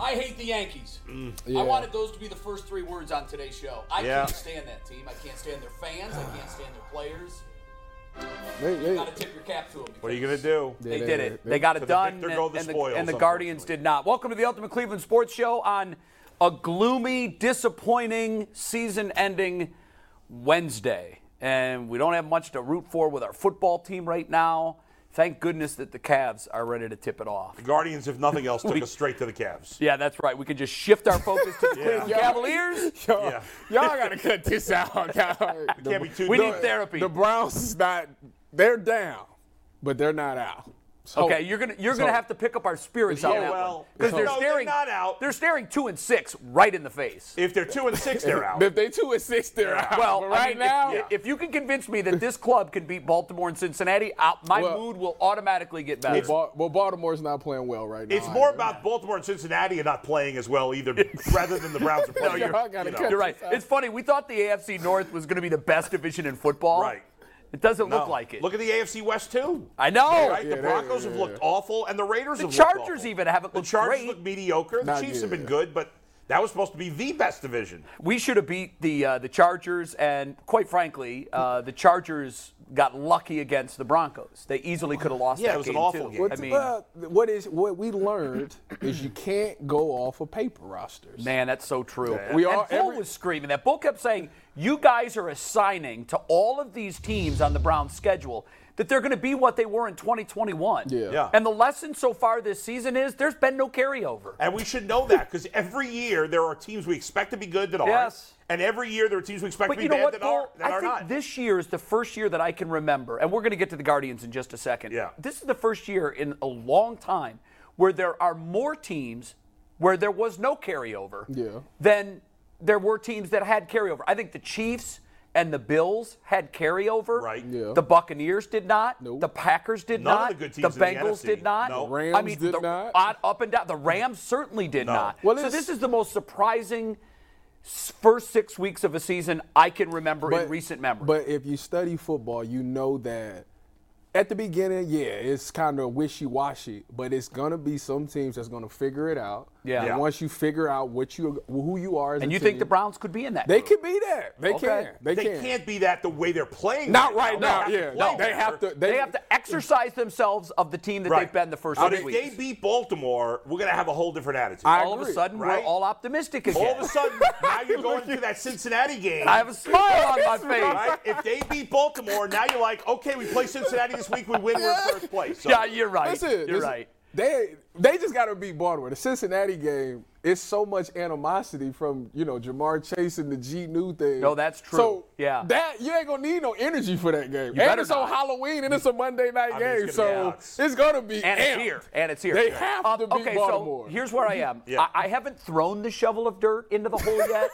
I hate the Yankees. Mm. I wanted those to be the first three words on today's show. I can't stand that team. I can't stand their fans. I can't stand their players. They, they, Got to tip your cap to them. What are you gonna do? They they- did it. They got it To the done. victor and, go the and the, spoils, and the Guardians unfortunately. did not. Welcome to the Ultimate Cleveland Sports Show on a gloomy, disappointing, season ending Wednesday. And we don't have much to root for with our football team right now. Thank goodness that the Cavs are ready to tip it off. Guardians, if nothing else, took us straight to the Cavs. Yeah, that's right. We can just shift our focus to the Cleveland Cavaliers. y'all, Yeah. y'all gotta cut this out. Y'all. Can't be too We need good. therapy. The Browns is not. They're down, but they're not out. So- Okay, you're gonna you're gonna So- have to pick up our spirits Yeah, on that well, because they're no, they're staring not out. They're staring two and six right in the face. If they're two and six, they're out. If they two and six, they're out. well, But I right mean, if- now, if, you can convince me that this club can beat Baltimore and Cincinnati, I, my Well- mood will automatically get better. well, Ba- uh, well, Baltimore's not playing well right now. It's Oh, more about Baltimore and Cincinnati are not playing as well either, rather than the Browns are playing. you're- Y'all gotta cut know. You're right. It's funny. We thought the AFC North was going to be the best division in football. Right. It doesn't No. look like it. Look at the AFC West too. I know. Right? the Broncos have looked awful, and the Raiders The have looked Chargers awful. even haven't looked The Chargers great. look mediocre. The Not Chiefs yet, have been yeah. good, but that was supposed to be the best division. We should have beat the uh, the Chargers, and quite frankly, uh, the Chargers got lucky against the Broncos. They easily could have lost. Yeah, that it was an game awful too. game. I What's- mean, well, what is what we learned is you can't go off of paper rosters. Man, that's so true. We and all- Bull every- was screaming that. Bull kept saying, "You guys are assigning to all of these teams on the Browns' schedule that they're going to be what they were in 2021." Yeah. Yeah. And the lesson so far this season is there's been no carryover. And we should know that because every year there are teams we expect to be good that aren't, Yes. and every year there are teams we expect But to you be know bad what? that Bull? are that I are think not. this year is the first year that I can remember, and we're going to get to the Guardians in just a second. Yeah. This is the first year in a long time where there are more teams where there was no carryover Yeah. than there were teams that had carryover. I think the Chiefs and the Bills had carryover. Right. Yeah. The Buccaneers did not. Nope. The Packers did None of not. the good teams in the Bengals NFC. did not. No. Rams I mean, did the, not. odd Up and down. The Rams certainly did not. Well, so it's- this is the most surprising first six weeks of a season I can remember in recent memory. But if you study football, you know that at the beginning, yeah, it's kind of wishy-washy, but it's gonna be some teams that's gonna figure it out. Yeah. And Yeah. once you figure out what you who you are as and a you think team, the Browns could be in that? they group? can be that. They Okay. can. They, they can. can't. be that the way they're playing. Not right now. They have Yeah. to No, play they have better. to. They have to exercise themselves of the team that Right. they've been the first But six if weeks. they beat Baltimore, we're going to have a whole different attitude. I all of a agree, sudden, right? we're all optimistic again. All of a sudden, now you're going to that Cincinnati game. I have a smile on my face. right? If they beat Baltimore, now you're like, okay, we play Cincinnati this week, we win, we're in first place. So, Yeah, you're right. That's it. You're This- right. They they just got to beat Baltimore. The Cincinnati game is so much animosity from you know Jamar Chase and the G New thing. No, that's true. So Yeah. that you ain't gonna need no energy for that game. and better it's not. on Halloween and it's a Monday night I mean, game, it's gonna be so nuts. it's gonna be And it's amped. here. And it's here. They have Uh, to beat okay, Baltimore. so here's where I am. Yeah. I, I haven't thrown the shovel of dirt into the hole yet,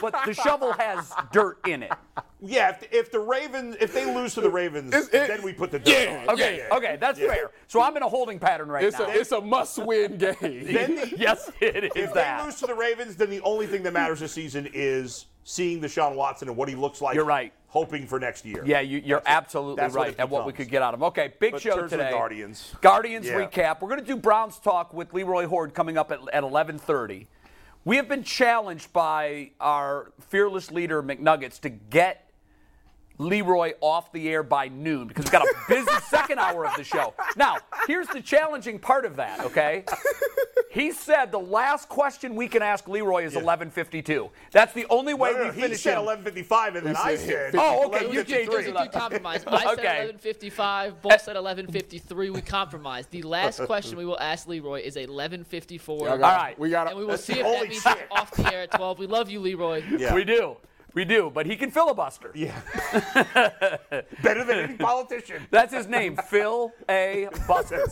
but the shovel has dirt in it. yeah, if, if the Ravens, if they lose to the Ravens, It's- it- then we put the Yeah, on. Okay, Yeah. okay, that's Yeah. fair. So I'm in a holding pattern right It's now. a it's a must-win game. Then the, yes, it is if that. they lose to the Ravens, then the only thing that matters this season is seeing Deshaun Watson and what he looks like. You're right. Hoping for next year. Yeah, you, you're absolutely that's what right it at what we becomes. could get out of him. Okay, big But in show terms of the today. Guardians. Guardians Yeah. recap. We're going to do Browns talk with Leroy Horde coming up at, at 11:30. We have been challenged by our fearless leader McNuggets to get Leroy off the air by noon because we've got a busy second hour of the show. Now, here's the challenging part of that, okay? He said the last question we can ask Leroy is 11:52. That's the only way No, no, we no, finish he said him. 11:55, and then I said. Oh, okay, you changed it. 11:53. You compromised. I Okay. said 11:55. Both said 11:53. We compromised. The last question we will ask Leroy is 11:54. All All right. We got And we will see if holy that means he's shit. off the air at 12. We love you, Leroy. Yeah. We do. We do, but he can filibuster. Better than any politician. That's his name, Phil A. Buster.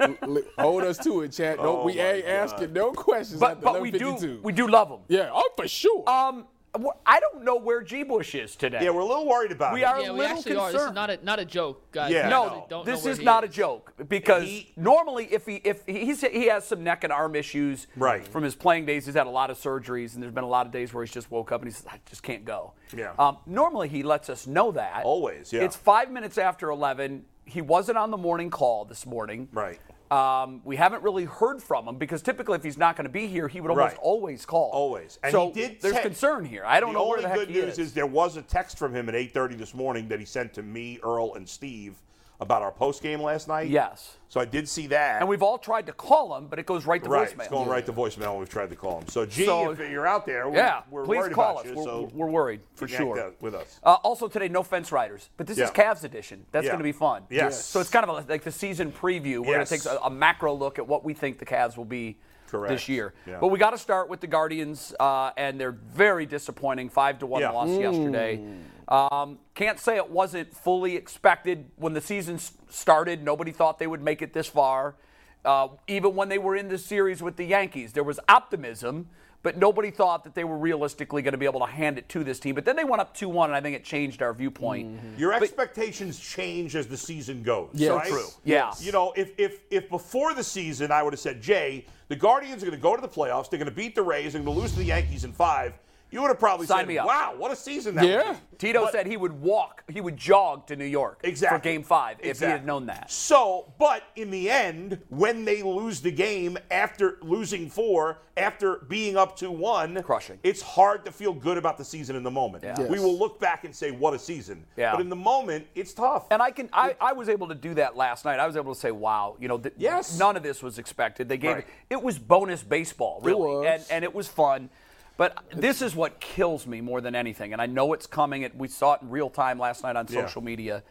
Li- Hold us to it, Chad. Don't we my ain't asking no questions Oh But after but we do 11:52. we do love him. yeah, oh for sure. Um, wh- I don't know where G. Bush is today. Yeah, we're a little worried about We it. are a Yeah, we little actually concerned. are. This is not a not a joke, guys. Yeah. We No, actually don't know this where is he not is. a joke because He- normally if he if he's he has some neck and arm issues Right. from his playing days he's had a lot of surgeries and there's been a lot of days where he's just woke up and he says I just can't go. Yeah. Um, normally he lets us know that. Always, yeah. It's five minutes after eleven. He wasn't on the morning call this morning. Right. Um, we haven't really heard from him because typically if he's not going to be here he would almost Right. always call. Always. And so he did there's text- concern here. I don't the know only where the heck good he news is. there was a text from him at 8:30 this morning that he sent to me, Earl, and Steve about our post game last night. Yes. So I did see that. And we've all tried to call him but it goes right to right, voicemail. it's going right to voicemail. We've tried to call him. So G, So- if you're out there, we're, Yeah, we're please worried call about us. you. we're, so we're worried for connect sure. that with us. Uh, also today, no fence riders, but this is Yeah. Cavs edition. That's Yeah. going to be fun. Yes. So it's kind of a, like the season preview. We're Yes. going to take a, a macro look at what we think the Cavs will be Correct. this year. Yeah. But we got to start with the Guardians, uh, and they're very disappointing. Five to one Yeah. Mm. loss yesterday. Um, can't say it wasn't fully expected when the season s- started. Nobody thought they would make it this far. Uh, even when they were in the series with the Yankees, there was optimism, but nobody thought that they were realistically going to be able to hand it to this team. But then they went up 2 1, and I think it changed our viewpoint. Your expectations change as the season goes. So right? true. Yeah. You know, if if if before the season I would have said, Jay, the Guardians are going to go to the playoffs. They're going to beat the Rays. They're going to lose to the Yankees in five. You would have probably Sign said, me up. Wow, what a season that Yeah. was. Tito said he would walk, he would jog to New York Exactly. for game five if he had Exactly. known that. So, but in the end, when they lose the game after losing four, after being up to one, Crushing. It's hard to feel good about the season in the moment. Yeah. Yes. We will look back and say, "What a season!" Yeah. But in the moment, it's tough. And I can I, I was able to do that last night. I was able to say, "Wow, you know, th- Yes. none of this was expected." They gave Right. it was bonus baseball, really, was. and and it was fun. But this is what kills me more than anything, and I know it's coming. It, we saw it in real time last night on Yeah. social media.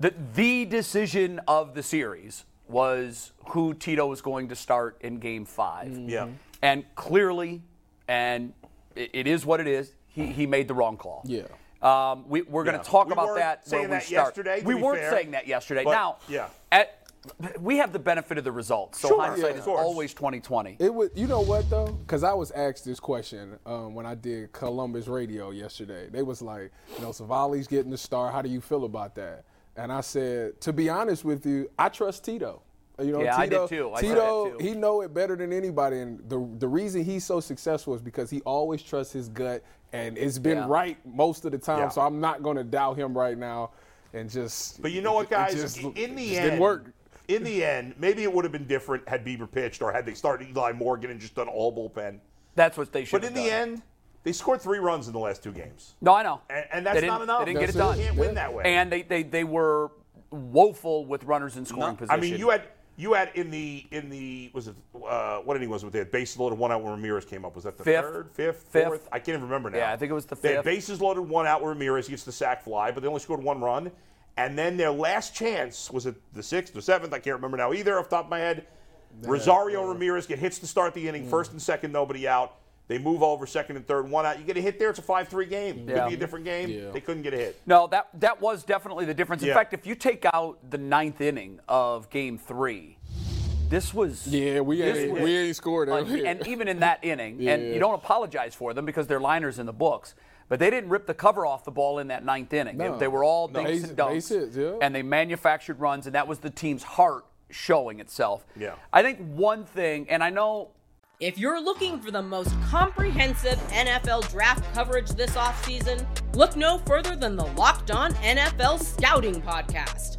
That the decision of the series was who Tito was going to start in Game 5 Mm-hmm. Yeah. and clearly, and it, it is what it is. He, he made the wrong call. Yeah. Um, we, we're going Yeah. to talk We about weren't that saying when we that start. yesterday, to we be weren't fair, saying that yesterday. but- now, yeah. at, we have the benefit of the results, so Sure, hindsight yeah. is Of course. always 2020. It would, you know what though? Because I was asked this question um, when I did Columbus Radio yesterday. They was like, you know, Savali's getting the star. How do you feel about that? And I said, to be honest with you, I trust Tito. You know, Yeah, I did Tito, too. I said that Tito, too. he he know it better than anybody, and the the reason he's so successful is because he always trusts his gut, and it's been Yeah. right most of the time. Yeah. So I'm not going to doubt him right now, and just. But you know what, it guys? just- in the it just end, didn't work. In the end, maybe it would have been different had Bieber pitched or had they started Eli Morgan and just done all bullpen. That's what they should. But in have the done. end, they scored three runs in the last two games, no, I know, and, and They that's didn't- not enough. They didn't That's get it done. it. You can't win that way. And they, they they were woeful with runners in scoring I position. mean, you had you had in the in the was it uh, what inning was it? They had bases loaded, one out when Ramirez came up. Was that the Fifth. third, fifth, Fifth. fourth? I can't even remember now. Yeah, I think it was the They had fifth. bases loaded, one out when Ramirez gets the sac fly, but they only scored one run. And then their last chance was it the sixth or seventh? I can't remember now either off the top of my head. Rosario Ramirez get hits to start the inning, first and second, nobody out. They move over second and third, one out. You get a hit there, it's a five-three game. Yeah. Could be a different game. Yeah. They couldn't get a hit. No, that that was definitely the difference. In Yeah. fact, if you take out the ninth inning of Game Three, this was Yeah, we this ain't, was we ain't scored un- earlier. and even in that inning, and Yeah. you don't apologize for them because they're liners in the books. But they didn't rip the cover off the ball in that ninth inning. They- No. They, were all No. dinks Base- and dunks, base hits, yeah. and they manufactured runs, and that was the team's heart showing itself. Yeah. I think one thing, and I know If you're looking for the most comprehensive NFL draft coverage this offseason, look no further than the Locked On NFL Scouting Podcast.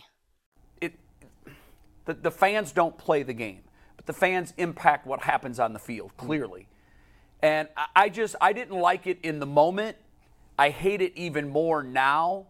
it the, the fans don't play the game, but the fans impact what happens on the field Mm-hmm. clearly. And I, I just I didn't like it in the moment. I hate it even more now.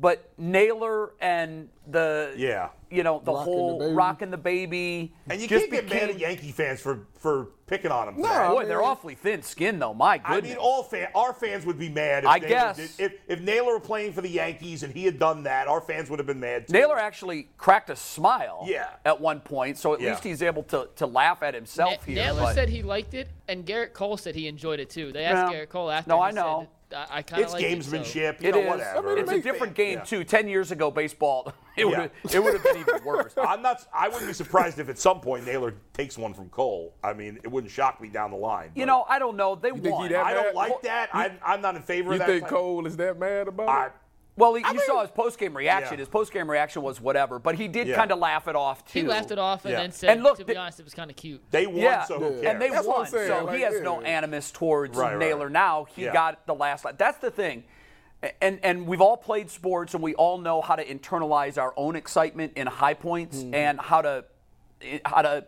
But Naylor and the Yeah. you know the Rockin' the whole Baby. rocking the baby And you just can't get mad became- at Yankee fans for, for picking on them. for No, that. Boy, they're awfully thin skinned though. My I goodness. mean, all fan, our fans would be mad. If I Naylor guess. did- if, if Naylor were playing for the Yankees and he had done that, our fans would have been mad. Too. Naylor actually cracked a smile Yeah. at one point, so at Yeah. least he's able to, to laugh at himself Na- here. Naylor but- said he liked it, and Garrett Cole said he enjoyed it too. They asked Yeah. Garrett Cole after. No, and I he know. Said, I, I kind it's of like gamesmanship. you It know, is. whatever. mean, It's a makes- different game Yeah. too. Ten years ago, baseball it would have Yeah. it would have been even worse. I'm not. I wouldn't be surprised if at some point Naylor takes one from Cole. I mean, it wouldn't shock me down the line. You but know, I don't know. They think won. he that I don't Matt, like that. I'm, I'm not in favor You of that. think type- Cole is that mad about I, it? well, he, you saw his post game reaction. Yeah. His post game reaction was whatever, but he did Yeah. kind of laugh it off too. He laughed it off and Yeah. then said, And look, to be the- honest, it was kind of cute. they won, Yeah, so who cares? and they That's what I'm won, saying, so like, he has no yeah. animus towards Right, right. Naylor now. He Yeah. got the last. That's the thing, A- and and we've all played sports, and we all know how to internalize our own excitement in high points, Mm-hmm. and how to how to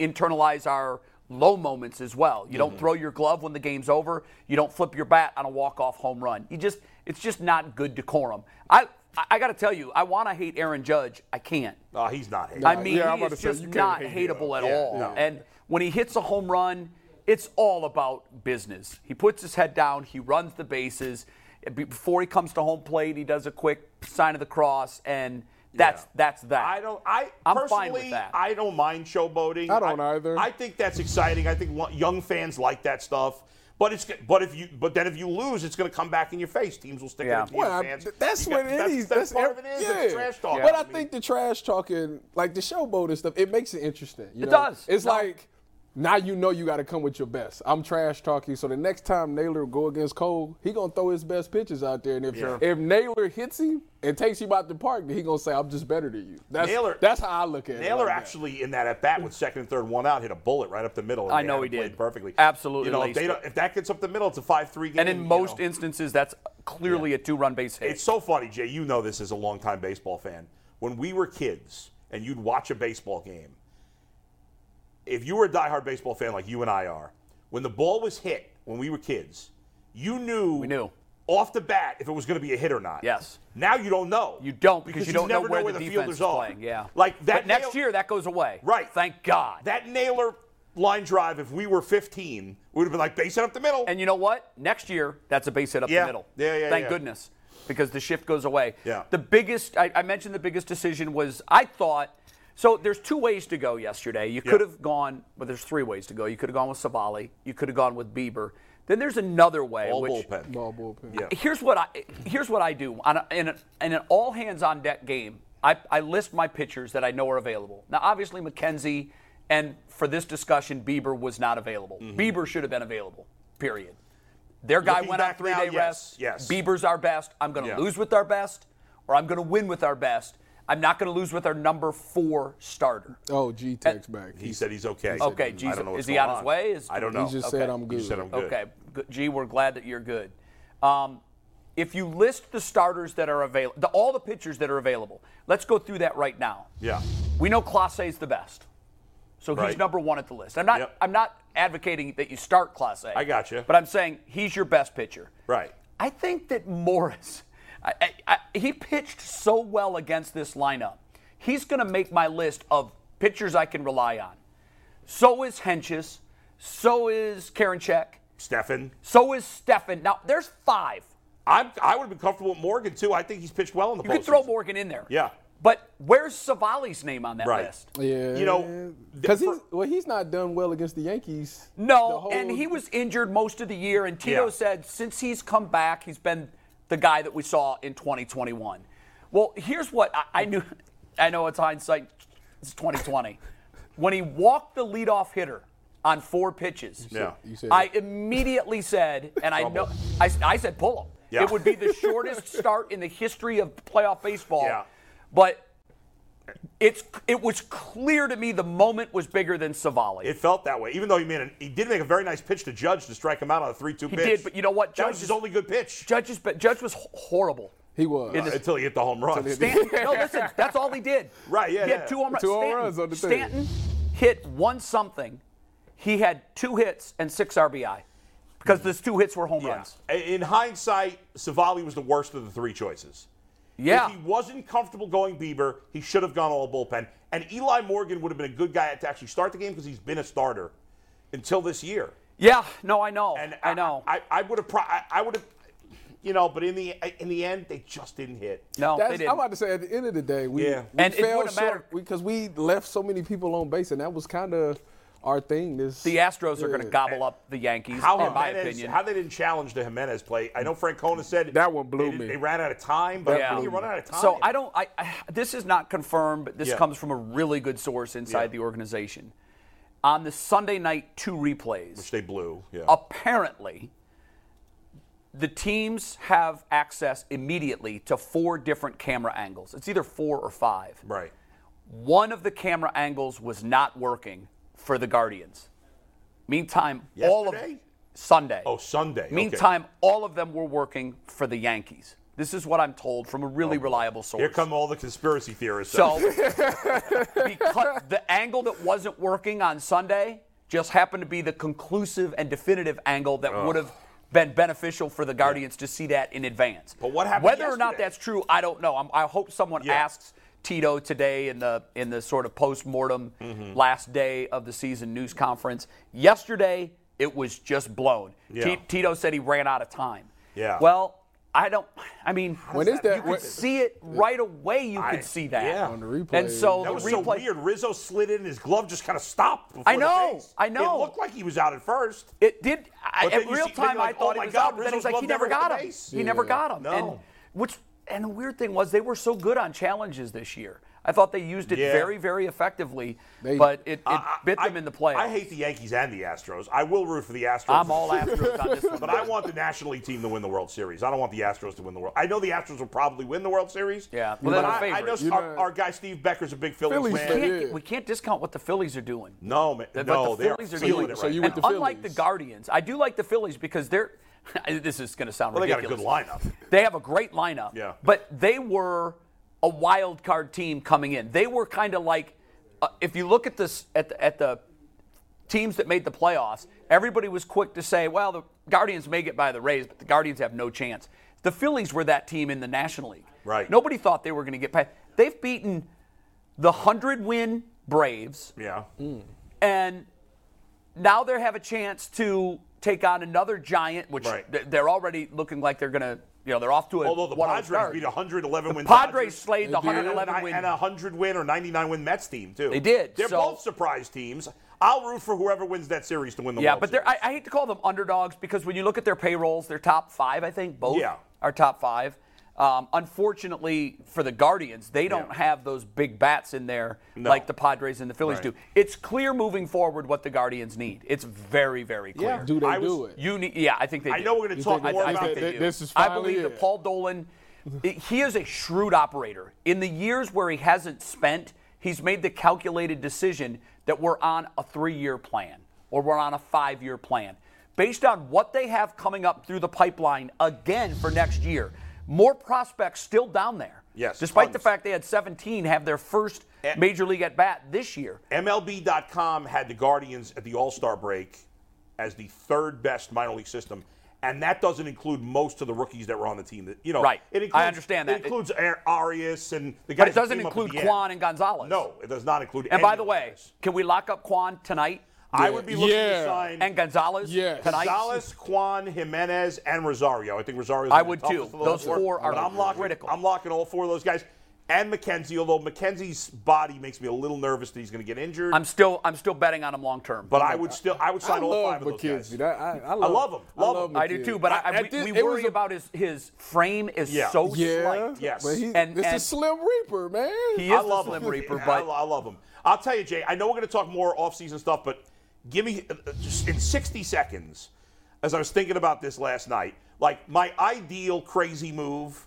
internalize our low moments as well. You Mm-hmm. don't throw your glove when the game's over. You don't flip your bat on a walk-off home run. You just it's just not good decorum. I I- I got to tell you, I want to hate Aaron Judge. I can't. Oh, he's not. hating. I mean, yeah, I'm he about is to say, just you can't not hate him. hateable at Yeah, all. no. And when he hits a home run, it's all about business. He puts his head down, he runs the bases. Be- Before he comes to home plate, he does a quick sign of the cross, and that's Yeah. that's that. I don't. I I'm personally, fine with that. I don't mind showboating. I don't either. I think that's exciting. I think lo- young fans like that stuff. But it's but if you but then if you lose, it's going to come back in your face. Teams will stick Yeah. it to your Well, fans. th- that's You what got- it that's, is. That's, part of ev- it is. yeah. It's trash talk. But I, mean, think the trash talking, like the showboat and stuff, it makes it interesting. you It know? does. It's No. like now you know you got to come with your best. I'm trash talking, so the next time Naylor go against Cole, he gonna throw his best pitches out there, and if Yeah. if Naylor hits him and takes you out the park, then he gonna say I'm just better than you. That's Naylor- that's how I look at it. Naylor like that. actually in that at bat with second and third one out hit a bullet right up the middle. and I they know had he it played did. perfectly. Absolutely You know, if, they laced it. don't, if that gets up the middle, it's a five-three game. and in you most know. instances, that's clearly a two-run base hit. It's so funny, Jay. You know this as a longtime baseball fan. When we were kids and you'd watch a baseball game, if you were a diehard baseball fan like you and I are, when the ball was hit when we were kids, you knew we knew. off the bat if it was going to be a hit or not. Yes. Now you don't know. you don't because, you don't know never where, the, defense fielders is are. playing. Yeah, Like that But next nail- year, that goes away. Right. Thank God. That Naylor line drive, if we were 15, we would have been like, base it up the middle. And you know what? Next year, that's a base hit up Yeah. the middle. Yeah, yeah, Thank yeah. goodness, because the shift goes away. Yeah. The biggest, I, I mentioned the biggest decision was I thought. So there's two ways to go yesterday. You Yeah. could have gone, well, there's three ways to go. You could have gone with Savali. You could have gone with Bieber. Then there's another way, Ball which bullpen. ball bullpen. Yeah. here's what I here's what I do on a, in, a, in an all hands on deck game. I, I list my pitchers that I know are available. Now, obviously, McKenzie and for this discussion, Bieber was not available. Bieber should have been available. Period. Their guy Mm-hmm. Looking went back on three now, day yes, rest. yes. Bieber's our best. I'm going to Yeah. lose with our best, or I'm going to win with our best. I'm not going to lose with our number four starter. Oh, G text back. He said he's okay. Okay, I Jesus. don't know what's Is he going on his way? Is- I don't He know. just Okay. said I'm He good. said I'm good. Okay, G- G, we're glad that you're good. Um, if you list the starters that are available, all the pitchers that are available, let's go through that right now. Yeah. We know Class A is the best, so he's Right. number one at the list. I'm not. Yep. I'm not advocating that you start Class A. I gotcha. But I'm saying he's your best pitcher. Right. I think that Morris, I, I, I, he pitched so well against this lineup. He's going to make my list of pitchers I can rely on. So is Henches. So is Karinchek. Stefan. So is Stefan. Now, there's five. I'm, I would have been comfortable with Morgan, too. I think he's pitched well in the You could postseason. throw Morgan in there. Yeah. But where's Savali's name on that Right. list? Yeah, You know, th- because he's for- well, he's not done well against the Yankees. The No, whole- and he was injured most of the year. And Tito Yeah. said since he's come back, he's been the guy that we saw in 2021. Well, here's what I, I knew. I know it's hindsight, it's 2020. when he walked the leadoff hitter on four pitches, Yeah. You said I immediately said, and I know, I, I said pull him. Yeah. It would be the shortest start in the history of playoff baseball. Yeah. But it's it was clear to me the moment was bigger than Savali. It felt that way, even though he made an, he did make a very nice pitch to Judge to strike him out on a three-two He pitch. did, but you know what? That Judge was his is- only good pitch Judge's but Judge was h- horrible. he was. It is- until he hit the home run. Stanton, no, listen, that's all he did. Right, yeah, He yeah. had two home runs. Two home Stanton, runs on the thing. Stanton hit one something. He had two hits and six RBI because those two hits were home Yeah. runs. In hindsight, Savali was the worst of the three choices. Yeah. If he wasn't comfortable going Bieber, he should have gone all bullpen. And Eli Morgan would have been a good guy to actually start the game because he's been a starter until this year. Yeah, no, I know. And I know. I, I would have. Pro- I, I would have. You know, but in the in the end, they just didn't hit. no, they That's, didn't. I'm about to say at the end of the day, we, Yeah. we And it fell wouldn't matter. short because we left so many people on base, and that was kind of our thing. This the Astros are going to Yeah. gobble up the Yankees, How in my Jimenez- opinion. how they didn't challenge the Jimenez play. I know Francona said That one blew they didn't- me. They ran out of time, but That how do blew you run me. out of time? So I don't. I, I this is not confirmed, but this Yeah. comes from a really good source inside Yeah. the organization. On the Sunday night two replays, Which they blew. Yeah. apparently the teams have access immediately to four different camera angles. It's either four or five. Right. One of the camera angles was not working for the Guardians. Meantime, all of Yesterday? Sunday. Oh, Sunday. okay. Meantime, all of them were working for the Yankees. This is what I'm told from a really reliable source. Oh, Here come all the conspiracy theorists. So, because the angle that wasn't working on Sunday just happened to be the conclusive and definitive angle that would have been beneficial for the Guardians to see that in advance. But what happened Whether or not yesterday? that's true, I don't know. I'm, I hope someone Yeah. asks Tito today in the in the sort of post-mortem Mm-hmm. last day of the season news conference. Yesterday, it was just blown. T- Yeah. Tito said he ran out of time. Yeah. Well. I don't. I mean, When is that- You when- could see it right away. You I- could see that yeah. on the replay. And so That the was replay. so weird. Rizzo slid in, his glove just kind of stopped. Before I the know, face. I know. It looked like he was out at first. It did. I, But then at you real see- then time, you're like, I thought oh it my was God, out, but then it Rizzo's was like he glove never never got hit the him. base. He never Yeah. got him. And No. which and the weird thing was they were so good on challenges this year. I thought they used it Yeah. very, very effectively, They- but it, it I- bit I- them in the playoffs. I hate the Yankees and the Astros. I will root for the Astros. I'm all Astros on this one. But I want the National League team to win the World Series. I don't want the Astros to win the World. I know the Astros will probably win the World Series. Yeah, well, but they're the I, I know favorites. You our, know- our guy Steve Becker's a big Phillies, Phillies fan. fan. Can't- yeah. We can't discount what the Phillies are doing. No, man, That- but no, the they are Phillies are feeling doing. it So right you now. went and with the unlike the Phillies. Guardians, I do like the Phillies because they're. this is going to sound Well, they got a ridiculous. good lineup. They have a great lineup. Yeah. But they were a wild card team coming in. They were kind of like, uh, if you look at this at the, at the teams that made the playoffs, everybody was quick to say, well, the Guardians may get by the Rays, but the Guardians have no chance. The Phillies were that team in the National League. Right. Nobody thought they were going to get past. They've beaten the 100 win Braves, Yeah. Mm. and now they have a chance to take on another giant, which Right. th- they're already looking like they're going to, you know, they're off to a Although the one Padres beat 111 the win Padres Dodgers. slayed the They did. 111 and, win. and a 100 win or 99 win Mets team too. They did, They're so- both surprise teams. I'll root for whoever wins that series to win the yeah, World but they're, I, Series. I hate to call them underdogs because when you look at their payrolls, they're top five, I think. Both Yeah. are top five. Um, unfortunately for the Guardians, they don't Yeah. have those big bats in there No. like the Padres and the Phillies do. Right. It's clear moving forward what the Guardians need. It's very, very clear. do they I do was- it? You need, yeah, I think they. I do. know we're going to talk I- more I about think that. that- this is I finally believe it. that Paul Dolan, i- he is a shrewd operator. In the years where he hasn't spent, he's made the calculated decision that we're on a three-year plan or we're on a five-year plan, based on what they have coming up through the pipeline again for next year. More prospects still down there. Yes, Despite the tons. Eh. fact they had 17 have their first And- major league at bat this year. MLB.com had the Guardians at the All Star break as the third best minor league system, and that doesn't include most of the rookies that were on the team. That you know, Right. It I includes, understand It that. includes Ar- Arias and the guys. But it that doesn't came up at include the end. Quan and Gonzalez. No, it does not include. And any by of the way, those. can we lock up Quan tonight I would be looking to Yeah. sign and Gonzalez Yes. tonight? Gonzalez, Quan, Jimenez, and Rosario. I think Rosario. I would too. Those four four are But I'm locking, critical. I'm locking all four of those guys. and McKenzie, although McKenzie's body makes me a little nervous that he's going to get injured. I'm still I'm still betting on him long term. but I would still I would sign I all love five of those guys. McKenzie. That- I, I love, love him. Love him. I do McKenzie. too. But I, I- At we, this- we it was worry a- about his his frame is Yeah. so yeah, slight. yes. But he, And- it's and- a Slim Reaper, man. He I is the love Slim him. Reaper, I- but I, love him. I'll tell you, Jay. I know we're going to talk more off-season stuff, but give me uh, uh, just in 60 seconds. As I was thinking about this last night, like my ideal crazy move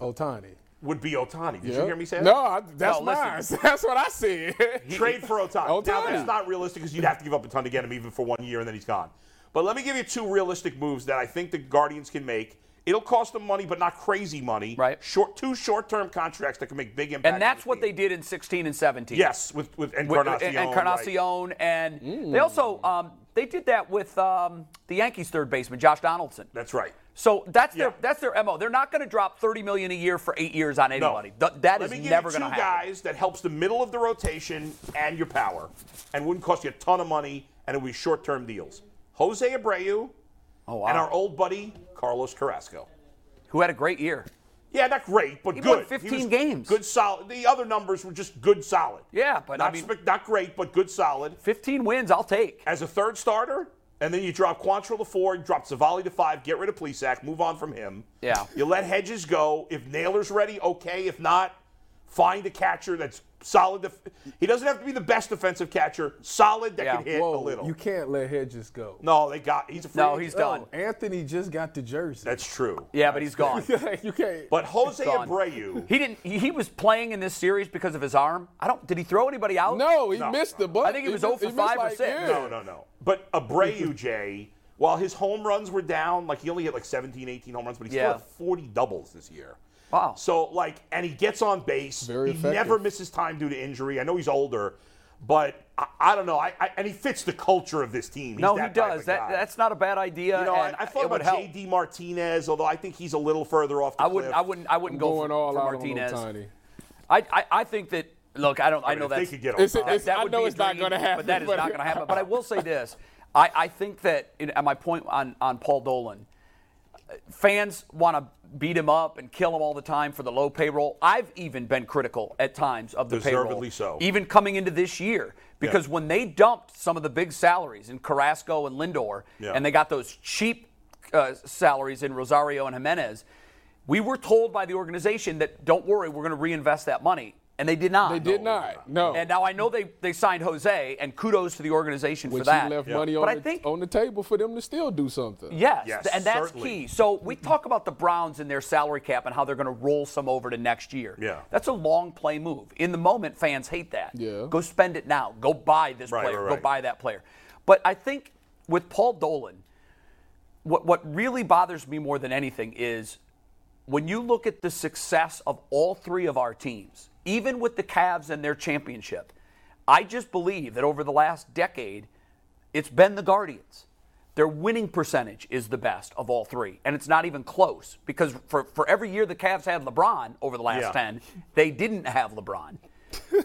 Oh, Otani. would be Otani. Did you Yep. hear me say that? No, I, that's No, listen. mine. That's what I said. Trade for Otani. Now Ohtani. that's not realistic because you'd have to give up a ton to get him, even for one year, and then he's gone. But let me give you two realistic moves that I think the Guardians can make. It'll cost them money, but not crazy money. Right. Short, two short-term contracts that can make big impact. on and that's the what team. they did in 16 and 17. Yes, with with With- Encarnacion. and and right. Mm. Carnacion, and they also um, they did that with um, the Yankees third baseman Josh Donaldson. That's right. So that's Yeah. their that's their mo. They're not going to drop 30 million a year for eight years on anybody. Th- that Let is me give never you going two to happen. guys that helps the middle of the rotation and your power, and wouldn't cost you a ton of money, and it would be short-term deals. Jose Abreu Oh, wow. and our old buddy Carlos Carrasco. Who had a great year. Yeah, not great, but He good. won 15 was games. Good solid. The other numbers were just good solid. Yeah, but not I mean, spec- not great, but good solid. 15 wins, I'll take. As a third starter, and then you drop Quantrill to four, you drop Savali to five, get rid of Plesac, move on from him. Yeah. You let Hedges go. If Naylor's ready, okay. If not, find a catcher that's solid. Def- he doesn't have to be the best defensive catcher. Solid that Yeah. can hit a little. You can't let Hedges go. no, they got. He's a free No, agent. he's done. Anthony just got the jersey. That's true. Yeah, but he's gone. you can't. But Jose gone. Abreu. He didn't. He he was playing in this series because of his arm. I don't. Did he throw anybody out? no, he No. missed the butt. Oh. I think he was mi- 0 for missed 5 or like- 6. yeah. No, no, no. But Abreu, Jay, while his home runs were down, like he only hit like 17, 18 home runs, but he Yeah. still had 40 doubles this year. Wow. So, like, and he gets on base. Very he effective. never misses time due to injury. I know he's older, but I, I don't know. I, I And he fits the culture of this team. He's no, he that type does. of That guy. that's not a bad idea. You know, and I, I thought it would about help. JD Martinez, although I think he's a little further off the I wouldn't. cliff. I wouldn't. I wouldn't I'm go going for, all for out Martinez. on Otani. I, I I think that. Look, I don't. I, mean, know if they that's could get It's- Otani. it's- I would know be a it's not dream, gonna But happen, that is but- not going to happen. But I will say this: I, I think that you know, at my point on on Paul Dolan, uh, fans want to beat him up and kill him all the time for the low payroll. I've even been critical at times of the payroll, Deservedly so. even coming into this year, because when they dumped some of the big salaries in Carrasco and Lindor, Yeah. and they got those cheap uh, salaries in Rosario and Jimenez. We were told by the organization that don't worry, we're going to reinvest that money, and they did not. They did not. No. And now I know they, they signed Jose, and kudos to the organization Which for that. he left money But I on the, oh? think- on the table for them to still do something. Yes, Yes, and that's certainly. key. So we talk about the Browns and their salary cap and how they're going to roll some over to next year. Yeah. That's a long play move. In the moment, fans hate that. Yeah. Go spend it now. Go buy this Right, player. right, Go right. buy that player. But I think with Paul Dolan, what, what really bothers me more than anything is when you look at the success of all three of our teams, even with the Cavs and their championship, I just believe that over the last decade, it's been the Guardians. Their winning percentage is the best of all three, and it's not even close because for, for every year the Cavs had LeBron over the last Yeah. 10, they didn't have LeBron.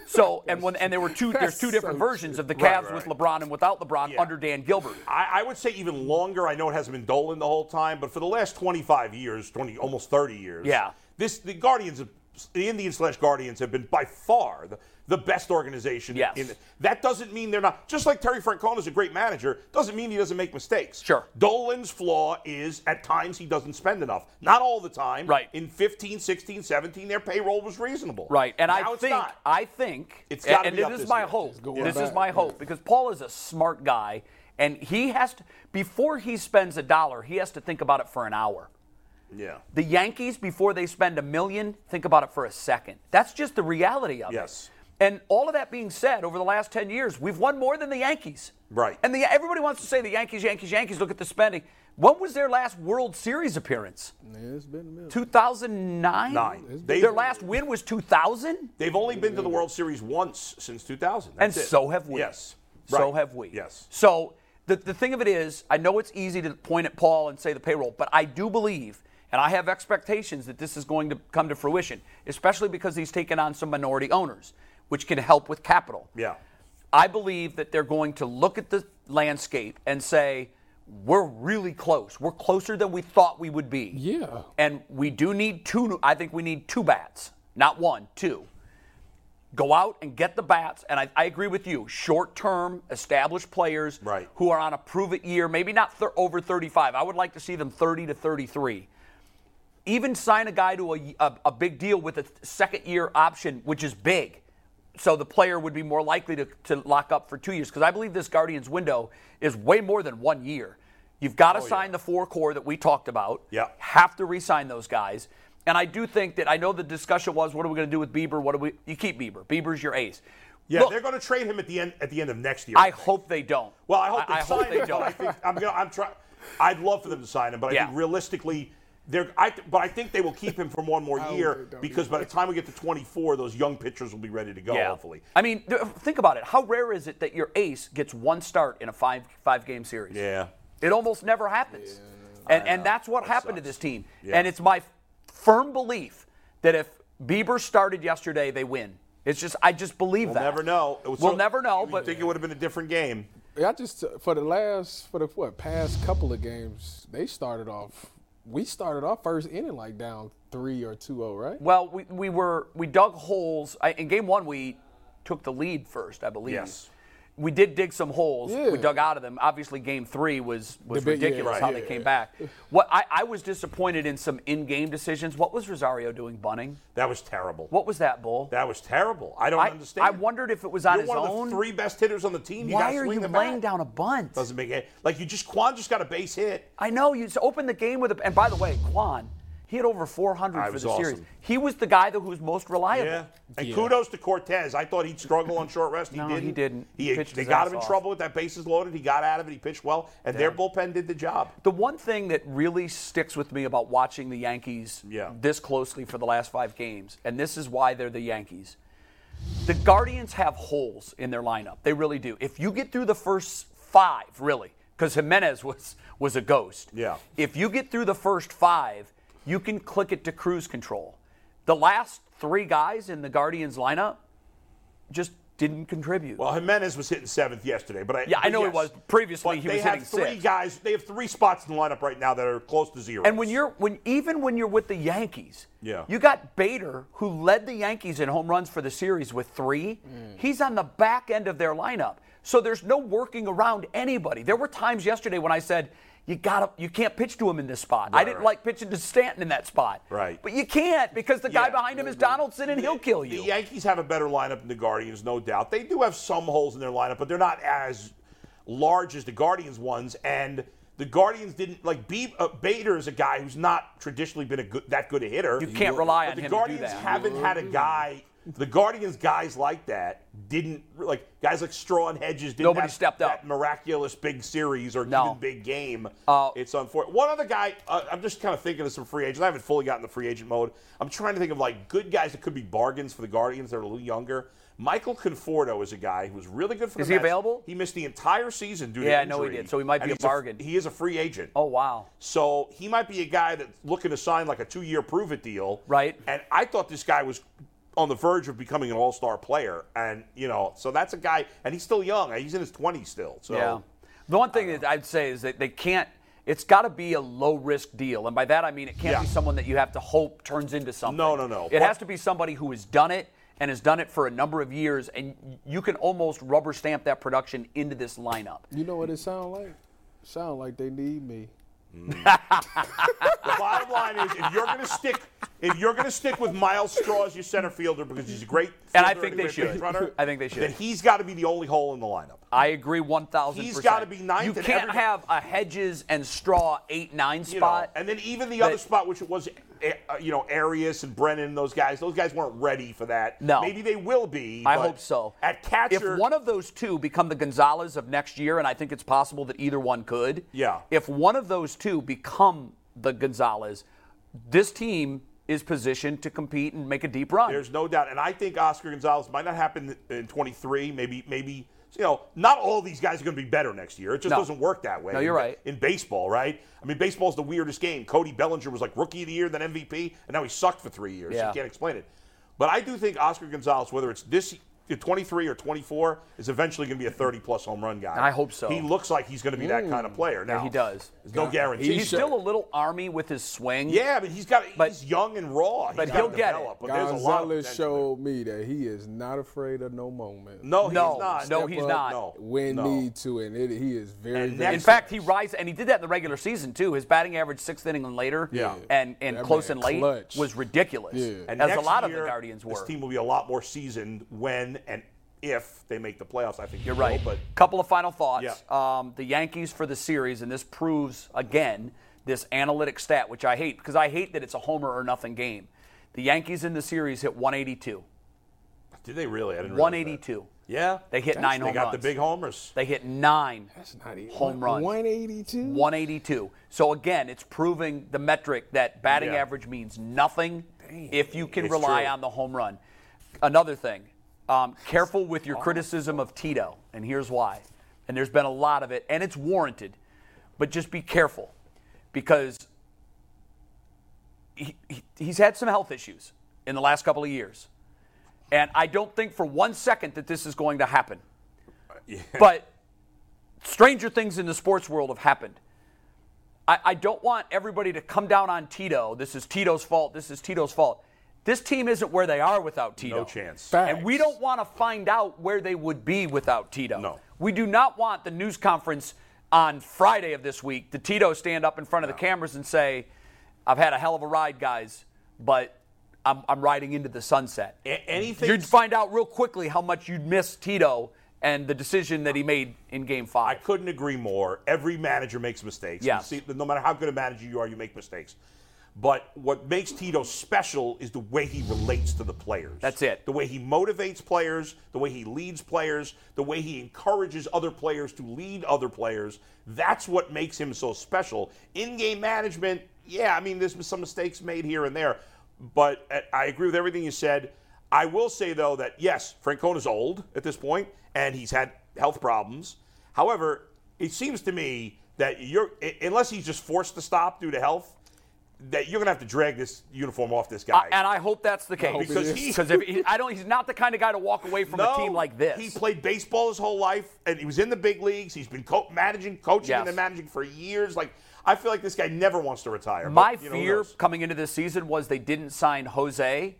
So and when and there were two there's two different versions of the Cavs right, with right. LeBron and without LeBron Yeah. under Dan Gilbert. I, I would say even longer. I know it hasn't been Dolan the whole time, but for the last 25 years, 20, almost 30 years, Yeah. This the Guardians, have- the Indians slash Guardians have been by far the, the best organization. Yes. In, that doesn't mean they're not. Just like Terry Francona is a great manager, doesn't mean he doesn't make mistakes. Sure. Dolan's flaw is at times he doesn't spend enough. Not all the time. Right. In 15, 16, 17, their payroll was reasonable. Right, and Now I it's think not. I think It's and, gotta and be up this is this my year. hope. going This is back, my yeah. hope because Paul is a smart guy, and he has to before he spends a dollar, he has to think about it for an hour. yeah. The Yankees before they spend a million, think about it for a second. That's just the reality of Yes. it. And all of that being said, over the last ten years, we've won more than the Yankees. Right. And the, everybody wants to say the Yankees, Yankees, Yankees. Look at the spending. When was their last World Series appearance? Yeah, it's been a minute. 2009. Nine. They- Their last win was 2000. They've only been to the World Series once since 2000. And That's it. so have we. Yes. So Right. have we. Yes. So the, the thing of it is, I know it's easy to point at Paul and say the payroll, but I do believe, and I have expectations that this is going to come to fruition, especially because he's taken on some minority owners, which can help with capital. Yeah. I believe that they're going to look at the landscape and say, we're really close. We're closer than we thought we would be. Yeah. And we do need two. I think we need two bats. not one, two. Go out and get the bats. And I, I agree with you. Short term, established players Right. who are on a prove it year, maybe not thir- over 35. I would like to see them 30 to 33. Even sign a guy to a, a, a big deal with a second year option, which is big. So the player would be more likely to, to lock up for two years. Because I believe this Guardians window is way more than one year. You've got to sign the four core that we talked about Oh, Yeah. have to re-sign those guys. And I do think that I know the discussion was, what are we going to do with Bieber? What do we? You keep Bieber. Bieber's your ace. Yeah, Look, they're going to trade him at the end at the end of next year. I hope they don't. Well, I hope they I, sign hope they him, but I don't. think, I'm gonna, I'm trying. I'd love for them to sign him, but I Yeah. think realistically, they're. I th- but I think they will keep him for one more hope year they don't because by the time we get to 24, those young pitchers will be ready to go. Yeah. Hopefully. I mean, th- think about it. How rare is it that your ace gets one start in a five five game series? Yeah. It almost never happens. and and that's what happened to sucks. this team. Yeah. And it's my firm belief that if Bieber started yesterday, they win. It's just I just believe We'll that. never know. It was We'll so- never know, you'd but- think it would have been a different game. I just uh, for the last for the what past couple of games they started off. We started off first inning like down three or 2-0, right? Well, we, we were we dug holes I, in game one. We took the lead first, I believe. Yes. We did dig some holes. Yeah. We dug out of them. Obviously, game three was was The big- yeah, ridiculous right, how yeah. they came back. What I, I was disappointed in some in-game decisions. What was Rosario doing bunting? That was terrible. What was that bull? That was terrible. I don't I, understand. I wondered if it was on You're his one own. of the three best hitters on the team. You Why gotta are swing you the laying bat. down a bunt? Doesn't make any. Like you just Quan just got a base hit. I know you just opened the game with a. And by the way, Quan, he had over 400 I for was the series. awesome. He was the guy that who was most reliable. Yeah. And kudos to Cortez. I thought he'd struggle on short rest. He No, he didn't. didn't. He, He pitched they his got ass him in off. trouble with that bases loaded. He got out of it. He pitched well, and their bullpen did the job. The one thing that really sticks with me about watching the Yankees Yeah. this closely for the last five games, and this is why they're the Yankees. The Guardians have holes in their lineup. They really do. If you get through the first five, really, because Jimenez was was a ghost. Yeah. If you get through the first five, you can click it to cruise control. The last three guys in the Guardians lineup just didn't contribute. Well, Jimenez was hitting seventh yesterday, but I, Yeah, I but know he yes. was. Previously, But he they was have hitting three sixth. guys. They have three spots in the lineup right now that are close to zero. And when you're when even when you're with the Yankees, Yeah. you got Bader who led the Yankees in home runs for the series with 3. He's on the back end of their lineup. So there's no working around anybody. There were times yesterday when I said you got to you can't pitch to him in this spot. I didn't right. like pitching to Stanton in that spot. Right. But you can't because the Yeah. guy behind him is Donaldson and he'll kill you. The Yankees have a better lineup than the Guardians, no doubt. They do have some holes in their lineup, but they're not as large as the Guardians ones. And the Guardians didn't like B, uh, Bader is a guy who's not traditionally been a good, that good a hitter. You can't rely But on the him to do Guardians that. haven't had a guy. The Guardians guys like that didn't like guys like Straw and Hedges didn't Nobody have stepped that up. miraculous big series or No. Uh, even big game. it's unfortunate. One other guy, uh, I'm just kind of thinking of some free agents. I haven't fully gotten the free agent mode. I'm trying to think of like good guys that could be bargains for the Guardians that are a little younger. Michael Conforto is a guy who was really good for Is the he Mets. available? He missed the entire season due to Yeah, I know he injury, did, so he might be and a he's bargain. he is a free agent. oh wow. So he might be a guy that's looking to sign like a two-year prove-it deal. Right. And I thought this guy was on the verge of becoming an all-star player, and you know, so that's a guy, and he's still young. He's in his 20s still. So Yeah. The one thing that I'd say is that they can't. It's got to be a low risk deal, and by that I mean it can't Yeah. be someone that you have to hope turns into something. No, no, no. It What- has to be somebody who has done it and has done it for a number of years, and you can almost rubber stamp that production into this lineup. You know what it sound like? Sound like they need me. The bottom line is, if you're going to stick, if you're going to stick with Miles Straw as your center fielder because he's a great And I fielder think a they great pinch should. runner, I think they should. Then he's got to be the only hole in the lineup. I agree, one thousand. He's gotta be ninth You in can't every- have a Hedges and Straw eight nine You know, spot. and then even the But- other spot, which was, eh, uh, you know, Arias and Brennan, those guys, those guys weren't ready for that. No. maybe they will be. I but hope so. At catcher, if one of those two become the Gonzalez of next year, and I think it's possible that either one could. Yeah. If one of those two become the Gonzalez, this team is positioned to compete and make a deep run. There's no doubt, and I think Oscar Gonzalez might not happen in 23. Maybe, maybe you know, not all these guys are going to be better next year. It just No. doesn't work that way. No, you're in, right. In baseball, right? I mean, baseball's the weirdest game. Cody Bellinger was like rookie of the year, then MVP, and now he sucked for three years. Yeah. You can't explain it. But I do think Oscar Gonzalez, whether it's this 23 or 24 is eventually going to be a 30 plus home run guy. I hope so. He looks like he's going to be that kind of player. Now Yeah, he does. There's no guarantee. He's, still a little army with his swing. yeah, but he's got. But- he's young and raw. He's but gotta he'll get it. develop, But there's a lot of potential Gonzalez there. showed me that he is not afraid of no moment. No, he's No, not. no, he's up not. No, when no. need to, and it, he is very. And very In next- fact, he rises, and he did that in the regular season too. His batting average sixth inning and later, Yeah. and and That close man and late clutch. was ridiculous. Yeah. And As a next lot of year, the Guardians were. This team will be a lot more seasoned when and if they make the playoffs. I think You're they will, right. but couple of final thoughts. Yeah. Um, the Yankees for the series, and this proves again this analytic stat, which I hate because I hate that it's a homer or nothing game. The Yankees in the series hit 182. did they really? I didn't. realize that. 182. Yeah, They hit nine They home got runs. the big homers. They hit nine home runs. One eighty-two. 182. So again, it's proving the metric that batting Yeah. average means nothing if you can It's rely true. on the home run. Another thing, um, careful with Oh. your criticism of Tito, and here's why. And there's been a lot of it, and it's warranted, but just be careful because he, he, he's had some health issues in the last couple of years. And I don't think for one second that this is going to happen. But stranger things in the sports world have happened. I, I don't want everybody to come down on Tito. This is Tito's fault. This is Tito's fault. This team isn't where they are without Tito. No chance. And we don't want to find out where they would be without Tito. No. We do not want the news conference on Friday of this week, the Tito stand up in front of the cameras and say, I've had a hell of a ride, guys, but I'm, I'm riding into the sunset. A- anything- You'd find out real quickly how much you'd miss Tito and the decision that he made in game I five. couldn't agree more. Every manager makes mistakes. Yes. You see, no matter how good a manager you are, you make mistakes. But what makes Tito special is the way he relates to the players. That's it. The way he motivates players, the way he leads players, the way he encourages other players to lead other players. That's what makes him so special. In game management, yeah, I mean, there's been some mistakes made here and there. But uh, I agree with everything you said. I will say, though, that yes, Francona's old at this point, and he's had health problems. However, it seems to me that you're, i- unless he's just forced to stop due to health, that you're going to have to drag this uniform off this guy. I- and I hope that's the case because he- if he, I don't, he's not the kind of guy to walk away from a team like this. He played baseball his whole life, and he was in the big leagues. He's been co- managing, coaching, Yes. and then managing for years. Like I feel like this guy never wants to retire. but, My you know, who fear knows? coming into this season was they didn't sign Jose,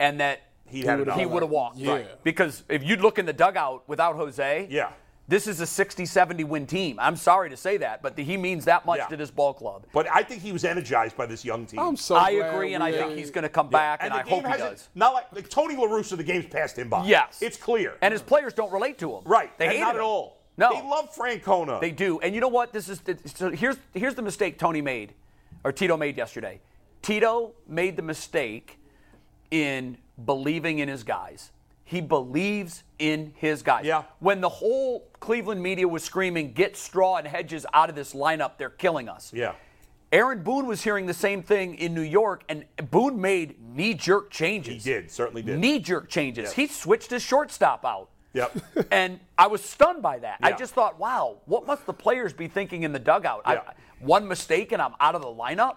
and that He had would've- enough. he would have walked. Yeah. Right. Because if you look in the dugout without Jose, Yeah. this is a 60-70 win team. I'm sorry to say that, but he means that much Yeah. to this ball club. But I think he was energized by this young team. I'm so. I glad agree, and we I think ain't- he's going to come back, and, the I game hope he hasn't- does. Not like, like Tony La Russa, the game's passed him by. Yes. it's clear. And his players don't relate to him. right, They and hate not him. at all. No. they love Francona. They do. And you know what? This is so here's here's the mistake Tony made or Tito made yesterday. Tito made the mistake in believing in his guys. He believes in his guys. Yeah. When the whole Cleveland media was screaming, "Get Straw and Hedges out of this lineup. They're killing us." yeah, Aaron Boone was hearing the same thing in New York, and Boone made knee-jerk he changes. did certainly did. Knee-jerk changes. Yes. He switched his shortstop out Yep. and I was stunned by that. I Yeah. just thought, wow, what must the players be thinking in the dugout? Yeah. I, one mistake and I'm out of the lineup.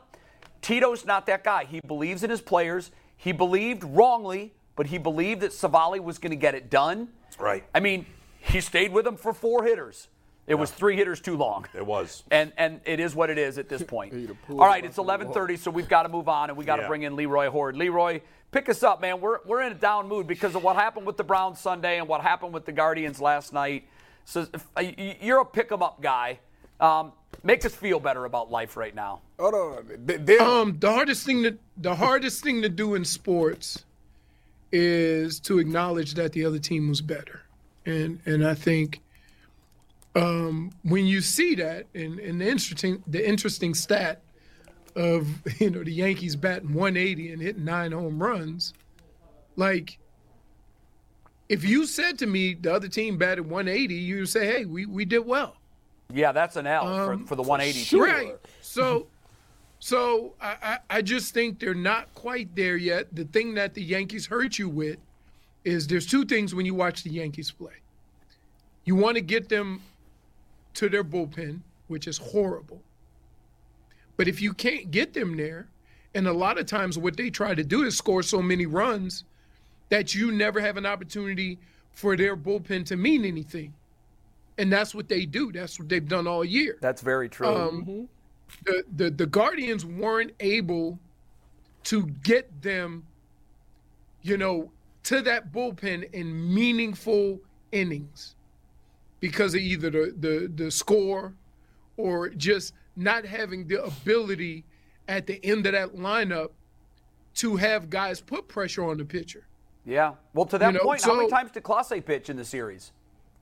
Tito's not that guy. He believes in his players. He believed wrongly, but he believed that Savali was going to get it done. Right. I mean, he stayed with him for four hitters. It was three hitters too long. It was. And and it is what it is at this point. He'd have pulled All right, him it's up in the 11:30, so we've got to move on, and we got to Yeah. bring in Leroy Horde. Leroy, pick us up, man. We're we're in a down mood because of what happened with the Browns Sunday and what happened with the Guardians last night. So if- uh, y- you're a pick 'em up guy. Um, make us feel better about life right now. Hold on. They- they- um the hardest thing to the hardest thing to do in sports is to acknowledge that the other team was better and and i think um when you see that and and the interesting the interesting stat of you know the yankees batting 180 and hitting nine home runs like if you said to me the other team batted 180 you say hey we we did well Yeah, that's an L Um, for, for the 180. sure. Right. So, so I, I, I just think they're not quite there yet. The thing that the Yankees hurt you with is there's two things when you watch the Yankees play. You want to get them to their bullpen, which is horrible. But if you can't get them there, and a lot of times what they try to do is score so many runs that you never have an opportunity for their bullpen to mean anything. And that's what they do. That's what they've done all year. That's very true. Um, The the, the Guardians weren't able to get them, you know, to that bullpen in meaningful innings because of either the the, the score or just not having the ability at the end of that lineup to have guys put pressure on the pitcher. yeah. Well, to that you know, point, how many so- times did Clase pitch in the series?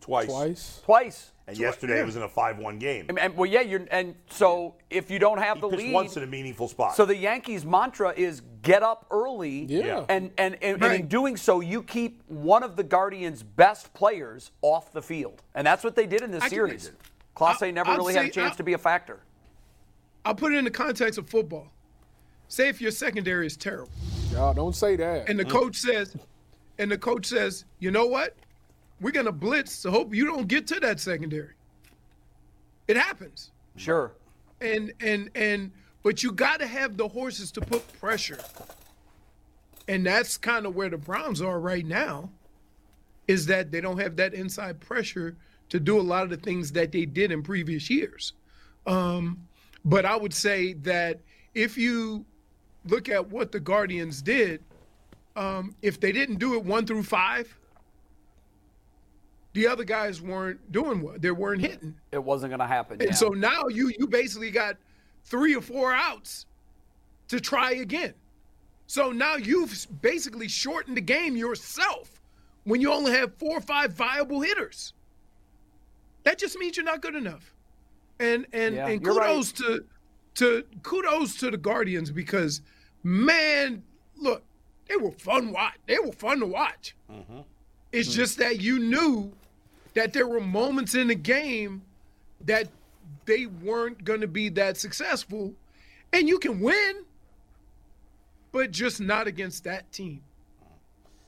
twice. Twice. Twice. And yesterday it was in a 5 1 game. And, and- well, yeah. You're and so if you don't have He the pitched lead, once in a meaningful spot. so the Yankees' mantra is get up early. Yeah. And and, and, and in Right. doing so, you keep one of the Guardians' best players off the field, and that's what they did in this I can- series. Clase I- never I'd really had say- a chance I- to be a factor. I'll put it in the context of football. Say if your secondary is terrible. Y'all don't say that. and the coach says, and the coach says, you know what? We're gonna blitz to hope you don't get to that secondary. It happens, Sure. and and and but you got to have the horses to put pressure, and that's kind of where the Browns are right now, is that they don't have that inside pressure to do a lot of the things that they did in previous years. Um, but I would say that if you look at what the Guardians did, um, if they didn't do it one through five, the other guys weren't doing well. They weren't hitting. It wasn't going to happen. And yeah. so now you you basically got three or four outs to try again. So now you've basically shortened the game yourself when you only have four or five viable hitters. That just means you're not good enough. And and Yeah, and you're right. kudos to to kudos to the Guardians because man, look, they were fun watch. They were fun to watch. It's just that you knew that there were moments in the game that they weren't going to be that successful. And you can win, but just not against that team.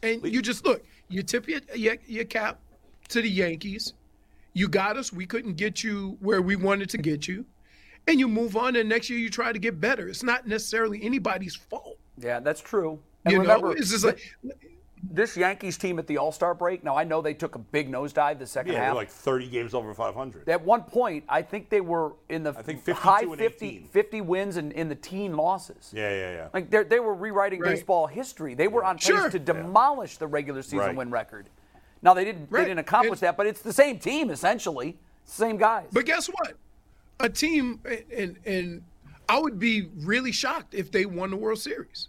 And you just look, you tip your, your, your cap to the Yankees. You got us. We couldn't get you where we wanted to get you. And you move on, and next year you try to get better. It's not necessarily anybody's fault. yeah, that's true. And you remember, know, it's just like this Yankees team at the All Star break. Now I know they took a big nosedive the second yeah, they're half. like 30 games over 500. at one point, I think they were in the think 52 high and 50, 18. 50 wins and in the teen losses. Yeah, yeah, yeah. Like they're- they were rewriting Right. baseball history. They were on pace Sure. to demolish the regular season Right. win record. Now they didn't Right. they didn't accomplish It's- that, but it's the same team essentially, same guys. But guess what? A team and and I would be really shocked if they won the World Series.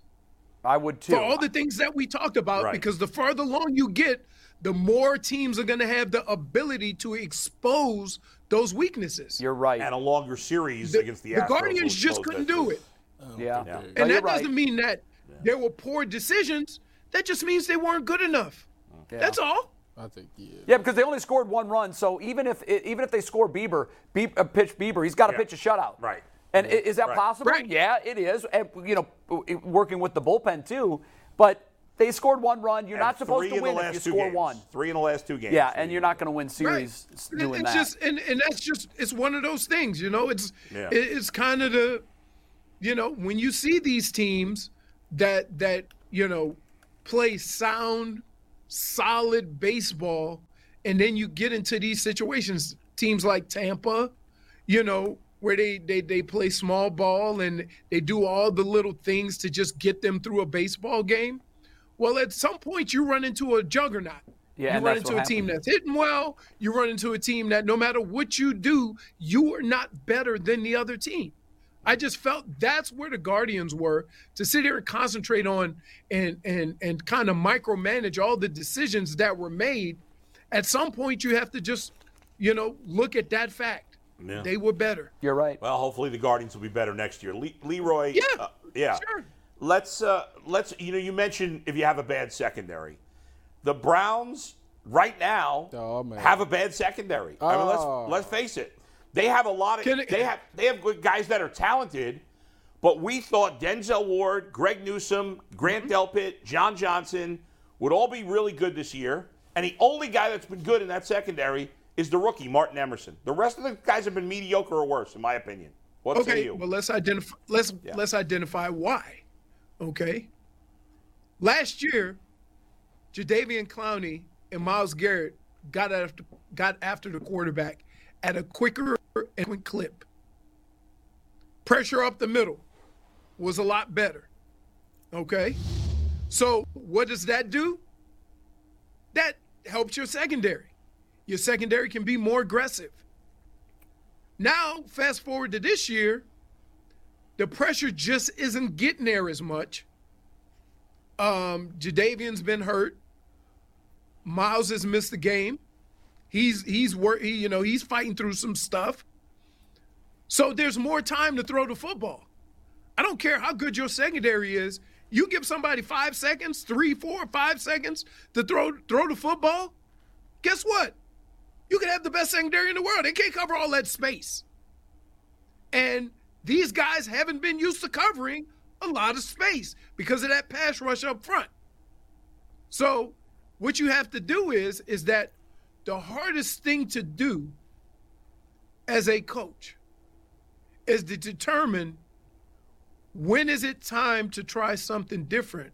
I would too. For all the things that we talked about, Right. because the further along you get, the more teams are going to have the ability to expose those weaknesses. You're right. And a longer series against the, the Astros Guardians will just close couldn't that do series. it, yeah. No, and you're that right. doesn't mean that there were poor decisions. That just means they weren't good enough. That's all. I think yeah. Yeah, because they only scored one run. So even if e, even if they score Bieber, Bieber uh, pitch Bieber, he's got to Yeah. pitch a shutout. Right. And i- is that Right. possible? Right. Yeah, it is. And you know, w- working with the bullpen too. But they scored one run. You're And not supposed three to in the win if last you two score games. one. Three in the last two games. Yeah, and you're not going to win series s- Right. doing it's that. just and, and that's just it's one of those things you know it's Yeah. it, it's kind of the you know when you see these teams that that you know play sound solid baseball and then you get into these situations teams like tampa you know where they they, they play small ball and they do all the little things to just get them through a baseball game well at some point you run into a juggernaut Yeah, you and run that's into a what team happened. that's hitting well. You run into a team that no matter what you do, you are not better than the other team. I just felt that's where the Guardians were to sit here and concentrate on and and and kind of micromanage all the decisions that were made. At some point, you have to just, you know, look at that fact. Yeah. They were better. You're right. Well, hopefully the Guardians will be better next year. Le- Leroy. Yeah, uh, yeah. sure. Let's uh, let's you know you mentioned if you have a bad secondary, the Browns right now Oh, man. have a bad secondary. I mean, Oh. let's let's face it. They have a lot of Can it- they have they have good guys that are talented, but we thought Denzel Ward, Greg Newsom, Grant Mm-hmm. Delpit, John Johnson would all be really good this year. And the only guy that's been good in that secondary is the rookie Martin Emerson. The rest of the guys have been mediocre or worse, in my opinion. What say Okay, you? well let's identify let's let's identify why. Okay. Last year, Jadavian Clowney and Miles Garrett got after got after the quarterback at a quicker and quick clip. Pressure up the middle was a lot better. Okay? So what does that do? That helps your secondary. Your secondary can be more aggressive. Now, fast forward to this year, the pressure just isn't getting there as much. Um, Jadavian's been hurt. Miles has missed the game. He's he's wor- he, you know he's fighting through some stuff. So there's more time to throw the football. I don't care how good your secondary is. You give somebody five seconds, three, four, five seconds to throw throw the football. Guess what? You can have the best secondary in the world. They can't cover all that space. And these guys haven't been used to covering a lot of space because of that pass rush up front. So what you have to do is is that the hardest thing to do as a coach is to determine when is it time to try something different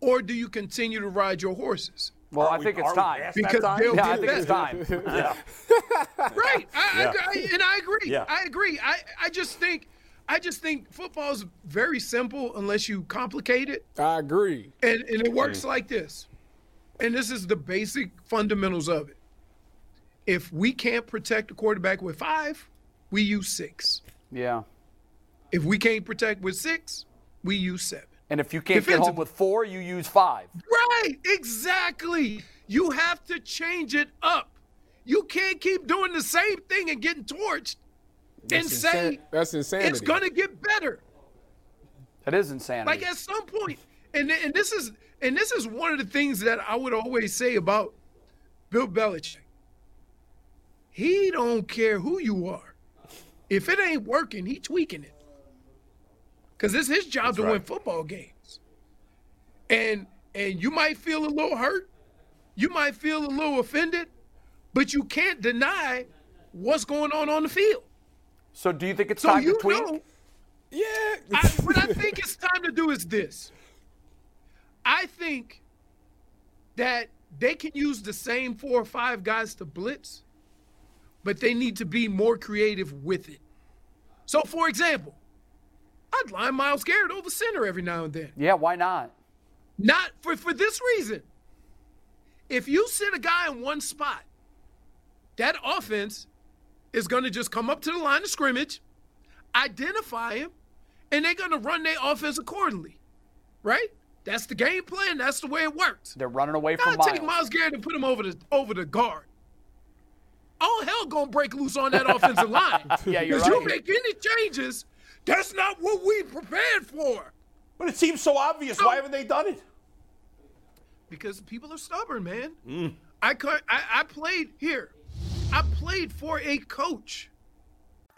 or do you continue to ride your horses Well, I we- think it's are we time. past that Because time? they'll Yeah, I do think it's that. time. Yeah. right I, Yeah. I, I, and i agree Yeah. i agree I, I just think i just think football's very simple unless you complicate it I agree. and, and it Mm. works like this and this is the basic fundamentals of it if we can't protect the quarterback with five we use six Yeah. if we can't protect with six we use seven And if you can't get home Defensive- with four, you use five. Right, exactly. You have to change it up. You can't keep doing the same thing and getting torched and say Insan- that's insanity. it's going to get better. That is insanity. Like at some point, and and this is and this is one of the things that I would always say about Bill Belichick. He don't care who you are. If it ain't working, he tweaking it. Cause it's his job to win football games. And and you might feel a little hurt, you might feel a little offended, but you can't deny what's going on on the field. so do you think it's So time you to tweak? know yeah. I, what I think it's time to do is this. I think that they can use the same four or five guys to blitz, but they need to be more creative with it. So, for example, I'd line Miles Garrett over center every now and then. Yeah, why not? Not for, for this reason. If you sit a guy in one spot, that offense is going to just come up to the line of scrimmage, identify him, and they're going to run their offense accordingly. Right? That's the game plan. That's the way it works. They're running away from Gotta Miles. take Miles Garrett and put him over the over the guard. All hell gonna break loose on that offensive line. Yeah, you're If you right. make any changes, that's not what we prepared for. But it seems so obvious. Why haven't they done it? because people are stubborn, man. I, cou- I I played here. I played for a coach.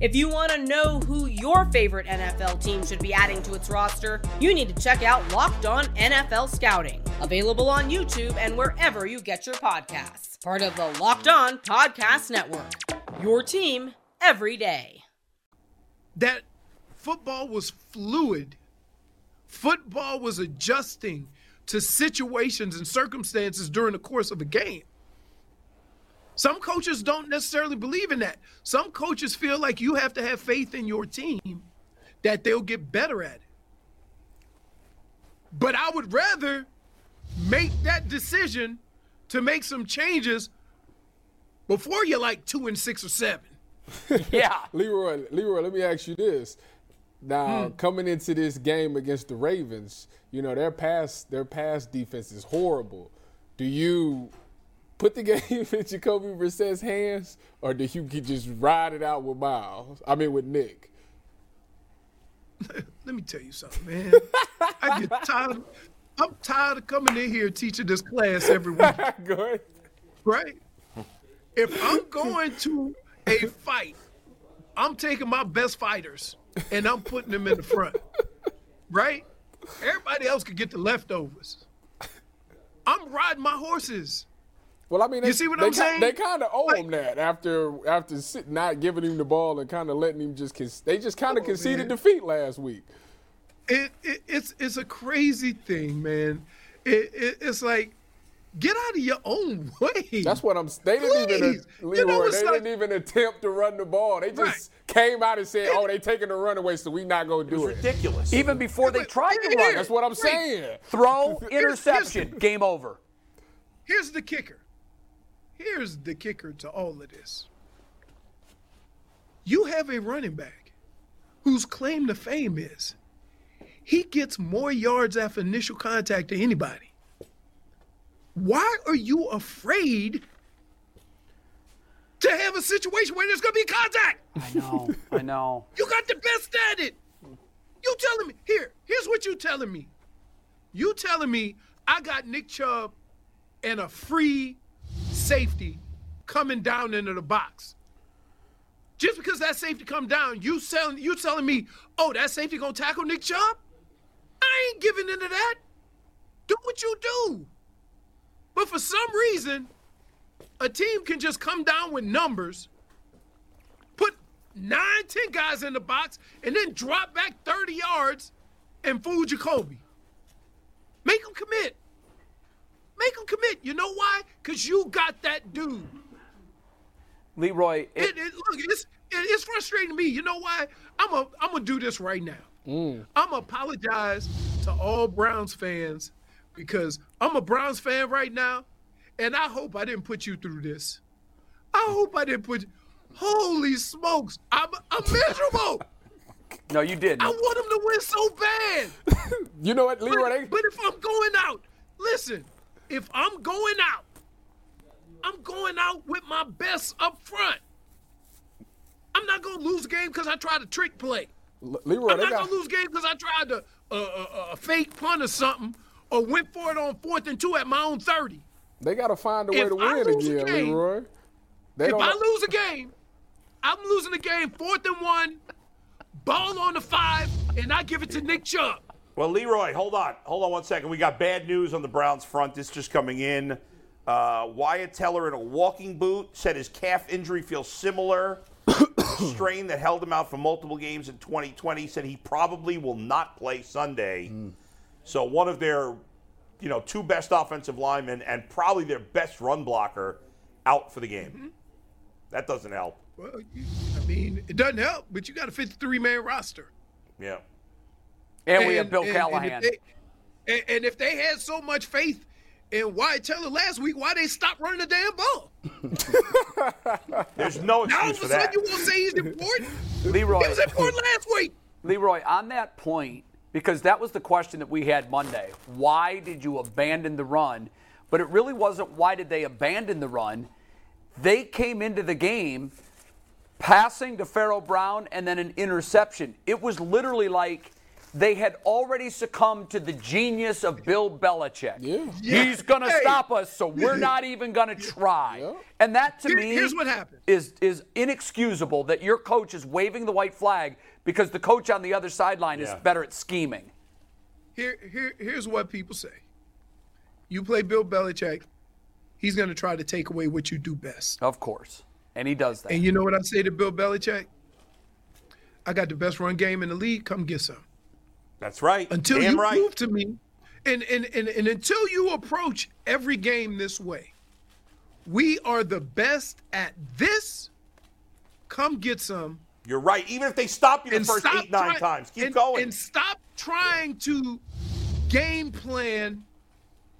If you want to know who your favorite NFL team should be adding to its roster, you need to check out Locked On NFL Scouting, available on YouTube and wherever you get your podcasts. Part of the Locked On Podcast Network. Your team every day. That football was fluid. Football was adjusting to situations and circumstances during the course of a game. Some coaches don't necessarily believe in that. Some coaches feel like you have to have faith in your team that they'll get better at it. But I would rather make that decision to make some changes before you're like two and six or seven. yeah. Leroy, Leroy, let me ask you this. Now, coming into this game against the Ravens, you know, their pass their pass defense is horrible. Do you put the game in Jacoby Brissett's hands or do you could just ride it out with Miles? I mean with Nick. Let me tell you something, man. I get tired. I'm tired of coming in here teaching this class every week, Go ahead. right? If I'm going to a fight I'm taking my best fighters and I'm putting them in the front, right? Everybody else could get the leftovers. I'm riding my horses. Well, I mean, they, You see what they I'm ki- saying? They kind of owe him Like- that after after sit, not giving him the ball and kind of letting him just con- they just Oh, kind of conceded defeat last week. It, it it's it's a crazy thing, man. It, it it's like get out of your own way. That's what I'm. They didn't Please. even You know, Leroy, it's they like- didn't even attempt to run the ball. They just Right. came out and said, "Oh, they taking the runaway, so we not gonna do it." Ridiculous. Even before they tried to run, That's what I'm saying. throw here's- interception, game over. Here's the kicker. Here's the kicker to all of this. You have a running back whose claim to fame is he gets more yards after initial contact than anybody. Why are you afraid to have a situation where there's going to be contact? I know, I know. You got the best at it. You telling me here? Here's what you telling me. You telling me I got Nick Chubb and a free safety coming down into the box. Just because that safety come down, you selling you telling me, oh, that safety gonna tackle Nick Chubb? I ain't giving into that. Do what you do. But for some reason, a team can just come down with numbers put nine, ten guys in the box, and then drop back 30 yards and fool Jacoby. Make him commit. Make him commit. You know why? Because you got that dude. Leroy, it- It, it, look, it's, it, it's frustrating to me. You know why? I'm going I'm to do this right now. I'm going to apologize to all Browns fans because I'm a Browns fan right now, and I hope I didn't put you through this. I hope I didn't put Holy smokes. I'm, I'm miserable. no, you didn't. I want them to win so bad. You know what, Leroy? They, But, but if I'm going out, listen, if I'm going out, I'm going out with my best up front. I'm not going to lose the game because I tried a trick play. L- Leroy, I'm they not got going to lose the game because I tried to, uh, uh, a fake punt or something or went for it on fourth and two at my own 30. they got to find a way If to I win lose the again, game- Leroy. They If don't. I lose a game, I'm losing the game fourth and one, ball on the five, and I give it to Nick Chubb. Well, Leroy, hold on. Hold on one second. We got bad news on the Browns front. This just coming in. Uh, Wyatt Teller in a walking boot said his calf injury feels similar. Strain that held him out for multiple games in 2020 said he probably will not play Sunday. So one of their, you know, two best offensive linemen and probably their best run blocker out for the game. That doesn't help. Mm-hmm. Well, you- I mean, it doesn't help, but you got a 53 man roster. Yeah. and we have Bill and- Callahan. And if, they, and, and if they had so much faith in Wyatt Teller last week, why they stopped running the damn ball? There's no Now all excuse for of a sudden that. you won't say he's important. Leroy, he was important last week. Leroy, on that point, because that was the question that we had Monday. Why did you abandon the run? But it really wasn't why did they abandon the run. They came into the game passing to Pharaoh Brown and then an interception. It was literally like they had already succumbed to the genius of Bill Belichick. Yeah. He's going to Hey. stop us, so we're not even going to try. Yeah. And that to Here- me here's what happened. is is inexcusable that your coach is waving the white flag because the coach on the other sideline Yeah. is better at scheming. Here, here, here's what people say. You play Bill Belichick, he's going to try to take away what you do best. Of course. And he does that. And you know what I say to Bill Belichick? I got the best run game in the league. Come get some. That's right. until Damn you right. prove to me and, and and and until you approach every game this way we are the best at this come get some You're right. Even if they stop you the and first stop eight, nine try- times, keep and- going. and stop trying to game plan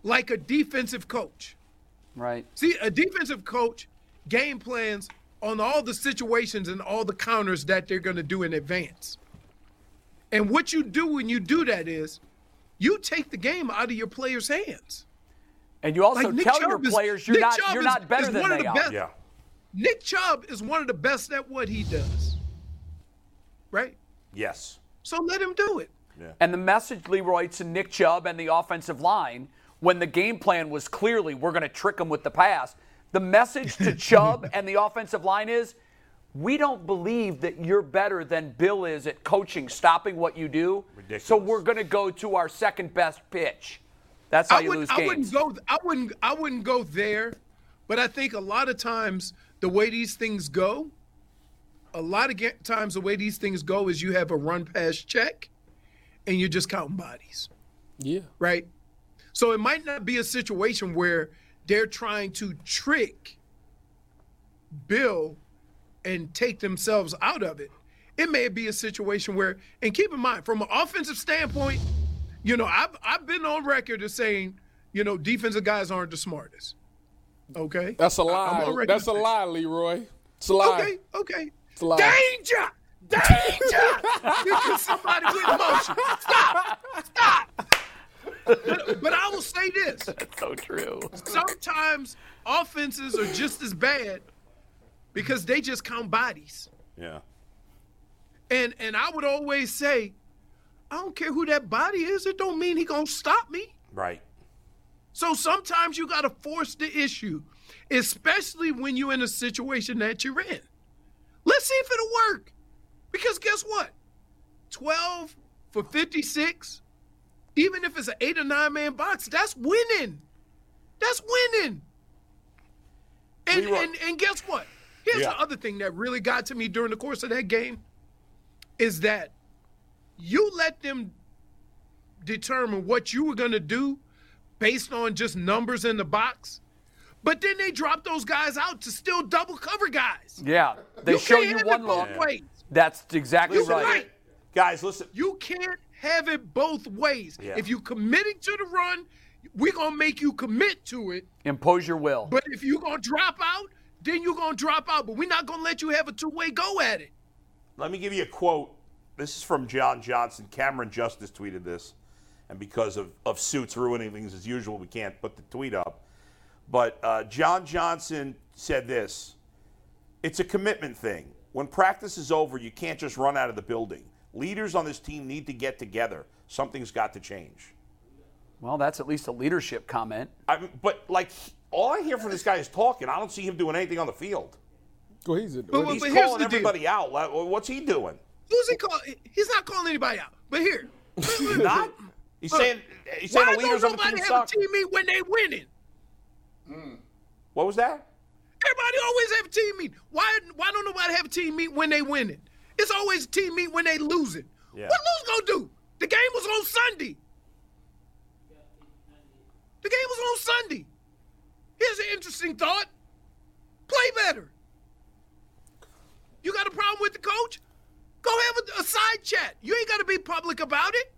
like a defensive coach right. see a defensive coach game plans on all the situations and all the counters that they're going to do in advance and what you do when you do that is you take the game out of your players' hands. And you also Like Nick tell Chubb your is- players you're Nick not Chubb you're is- not better is than one of they the are. best- yeah. Nick Chubb is one of the best at what he does. Right? Yes. So let him do it. And the message Leroy to Nick Chubb and the offensive line when the game plan was clearly we're going to trick them with the pass. The message to Chubb and the offensive line is we don't believe that you're better than Bill is at coaching, stopping what you do. Ridiculous. So we're going to go to our second best pitch. That's how I you wouldn't, lose I games. wouldn't go. I wouldn't. I wouldn't go there, but I think a lot of times the way these things go, a lot of ga- times the way these things go is you have a run pass check, and you're just counting bodies, Yeah. right? So it might not be a situation where they're trying to trick Bill and take themselves out of it. It may be a situation where, and keep in mind, from an offensive standpoint, you know, I've I've been on record as saying, you know, defensive guys aren't the smartest. Okay. That's a I- I'm lie. on record That's a as- lie, Leroy. It's a lie. Okay. Okay. It's a lie. Danger! Danger! you hit somebody with motion. Stop! Stop! But, but I will say this. so true. Sometimes offenses are just as bad because they just count bodies. Yeah. And and I would always say, I don't care who that body is, it don't mean he gonna stop me. Right. So sometimes you gotta force the issue, especially when you're in a situation that you're in. Let's see if it'll work. Because guess what? 12 for 56, even if it's an eight or nine man box, that's winning. That's winning. And, Leroy- and, and guess what? Here's Yeah. the other thing that really got to me during the course of that game is that you let them determine what you were going to do based on just numbers in the box, but then they dropped those guys out to still double cover guys. Yeah, they show can't you have it one look. both ways. That's exactly You're right. Guys, listen. You can't have it both ways. Yeah. If you committing to the run, we're gonna make you commit to it. Impose your will. But if you're gonna drop out, then you're gonna drop out. But we're not gonna let you have a two-way go at it. Let me give you a quote. This is from John Johnson. Cameron Justice tweeted this, and because of, of suits ruining things as usual, we can't put the tweet up. But uh, John Johnson said this It's a commitment thing. When practice is over, you can't just run out of the building. Leaders on this team need to get together. Something's got to change. well, that's at least a leadership comment. I mean, but, like, all I hear from this guy is talking. I don't see him doing anything on the field. Well, he's a, But- He's but here's calling the deal. everybody out. Like, What's he doing? Who's he call? He's not calling anybody out. But here, he's Not? He's saying, he's saying Why the leaders on don't the nobody team suck. have a team meet when they winning? What was that? Everybody always have a team meet. Why? Why don't nobody have a team meet when they winning? It's always a team meet when they losing. Yeah. What lose gonna do? The game was on Sunday. The game was on Sunday. Here's an interesting thought: play better. You got a problem with the coach? Go have a, a side chat. You ain't got to be public about it.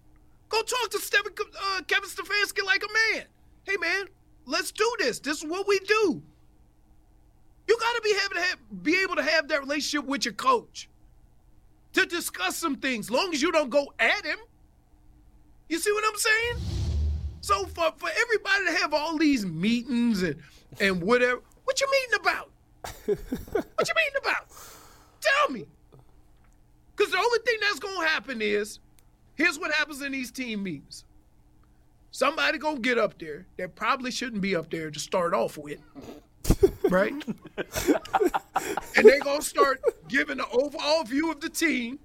Go talk to Stephen, uh, Kevin Stefanski like a man. Hey man, let's do this. This is what we do. You got to be having to have, be able to have that relationship with your coach to discuss some things. Long as you don't go at him, you see what I'm saying? So for for everybody to have all these meetings and and whatever, what you meeting about? what you meeting about? Tell me. Because the only thing that's gonna happen is, here's what happens in these team meetings. Somebody gonna get up there that probably shouldn't be up there to start off with right? Mm-hmm. and they gonna start giving the overall view of the team.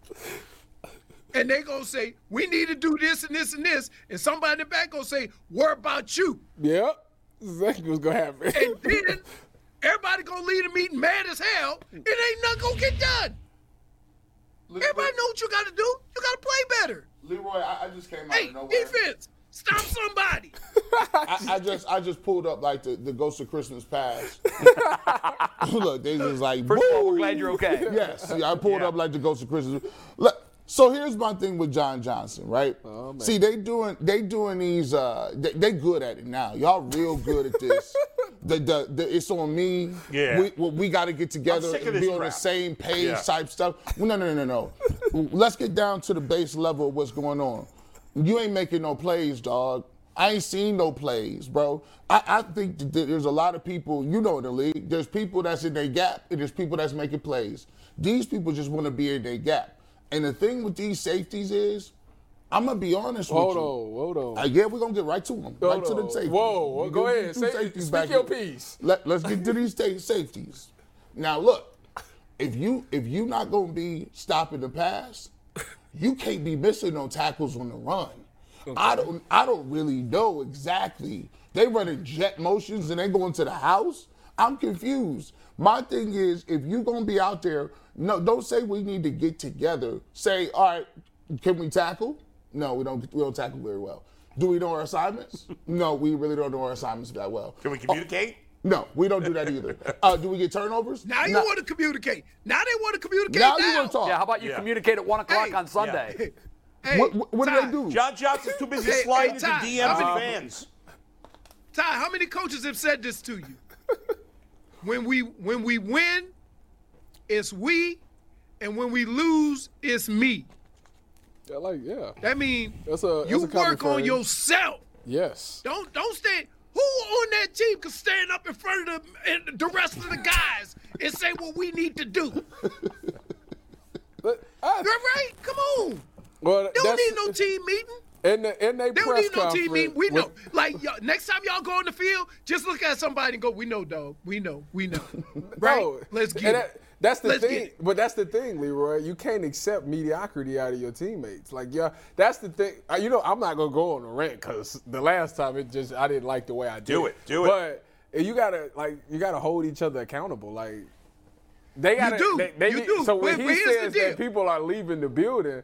And they gonna say, we need to do this and this and this. And somebody in the back gonna say, what about you? Yep. Exactly what's gonna happen. And then everybody gonna leave the meeting mad as hell. It ain't nothing gonna get done. Everybody know what you gotta do. You gotta play better. Leroy, I, I just came out Hey, of nowhere. defense, stop somebody. I, I just I just pulled up like the, the Ghost of Christmas Past. Look, they just like First of all, "Boo!" we're glad you're okay. Yes, see, I pulled up like the Ghost of Christmas. Look, so here's my thing with John Johnson, right? see, they doing they doing these. Uh, they, they good at it now. Y'all real good at this. the, the, the it's on me. Yeah. we, we, got to get together sick of and this be on the crap. same page Yeah. type stuff. Well, no, no, no, no, no. Let's get down to the base level of what's going on. You ain't making no plays, dog. I ain't seen no plays, bro. I, I think that there- there's a lot of people, you know, in the league, there's people that's in their gap and there's people that's making plays. These people just want to be in their gap. And the thing with these safeties is, I'm going to be honest hold with you. on, hold on. Uh, yeah, we're gonna get right to them, right to the on. safeties. Whoa, whoa, We go gonna get ahead. two Say- safeties speak back your here. piece. Let, us get to these sa- safeties. Now look, if you if you not gonna be stopping the pass, you can't be missing no tackles on the run. I don't I don't really know exactly. They running jet motions and they going to the house. I'm confused. My thing is if you gonna be out there, no, don't say we need to get together. Say, all right, can we tackle? No, we don't we don't tackle very well. Do we know our assignments? no, we really don't know our assignments that well. Can we oh. communicate? No, we don't do that either. Uh, do we get turnovers? Now you No. want to communicate. Now they want to communicate. Now Now, you wanna talk. Yeah, how about you Yeah. communicate at 1 o'clock Oh. Hey. on Sunday? Hey, What, what, what do Ty, they do? John Johnson's too busy Hey, hey, sliding into Ty, DMs I'm- and fans. Ty, how many coaches have said this to you? when we when we win, it's we, and when we lose, it's me. Yeah, like yeah. That means That's a- you that's a common work on phrase. yourself. Yes. Don't don't stand. Who on that team can stand up in front of the, and the rest of the guys and say what we need to do? All But I- right, come on. well, They don't that's- need no team meeting. In the in they They don't press need no team meeting. conference We know. with- Like y'all, next time y'all go on the field, just look at somebody and go, "We know, dog. We know. We know." Right? No. Let's get And it. that- That's the Let's get thing, it. but that's the thing, Leroy. You can't accept mediocrity out of your teammates. Like, yeah, that's the thing. Uh, You know, I'm not gonna go on a rant because the last time it just I didn't like the way I did. Do it, do it. But uh, you gotta like you gotta hold each other accountable. Like, they gotta. do. They, they You need- do. So when But- he but here's the says that deal. people are leaving the building,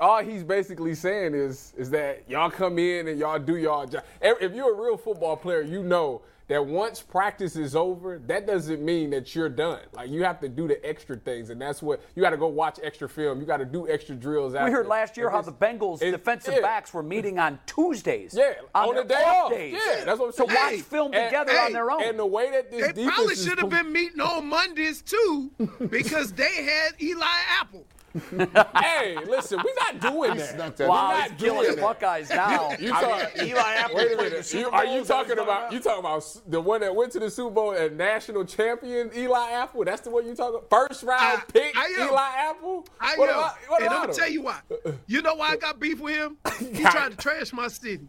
all he's basically saying is is that y'all come in and y'all do y'all job. If if you're a real football player, you know that once practice is over, that doesn't mean that you're done. Like you have to do the extra things, and that's what you got to go watch extra film. You got to do extra drills. We heard last year how the Bengals defensive backs were meeting on Tuesdays. Yeah, on, on their the day off off. days. Yeah, that's what I'm To saying. watch Hey, film and- together on hey, their own. And the way that this They defense probably is should have pl- been meeting on Mondays too, because they had Eli Apple. Hey, listen, we're not doing that. snuck that We're in. wow, not he's killing doing the that. Buckeyes now. You I talk, mean, Eli Apple Wait a played the minute. Super You- Bowl. are you Is that what talking you're about you talking about s- the one that went to the Super Bowl and national champion Eli Apple? That's the one you talking about? First round I- pick I am. Eli Apple? I What know. about- what and I'm about gonna tell him? you why. You know why I got beef with him? He God. tried to trash my city.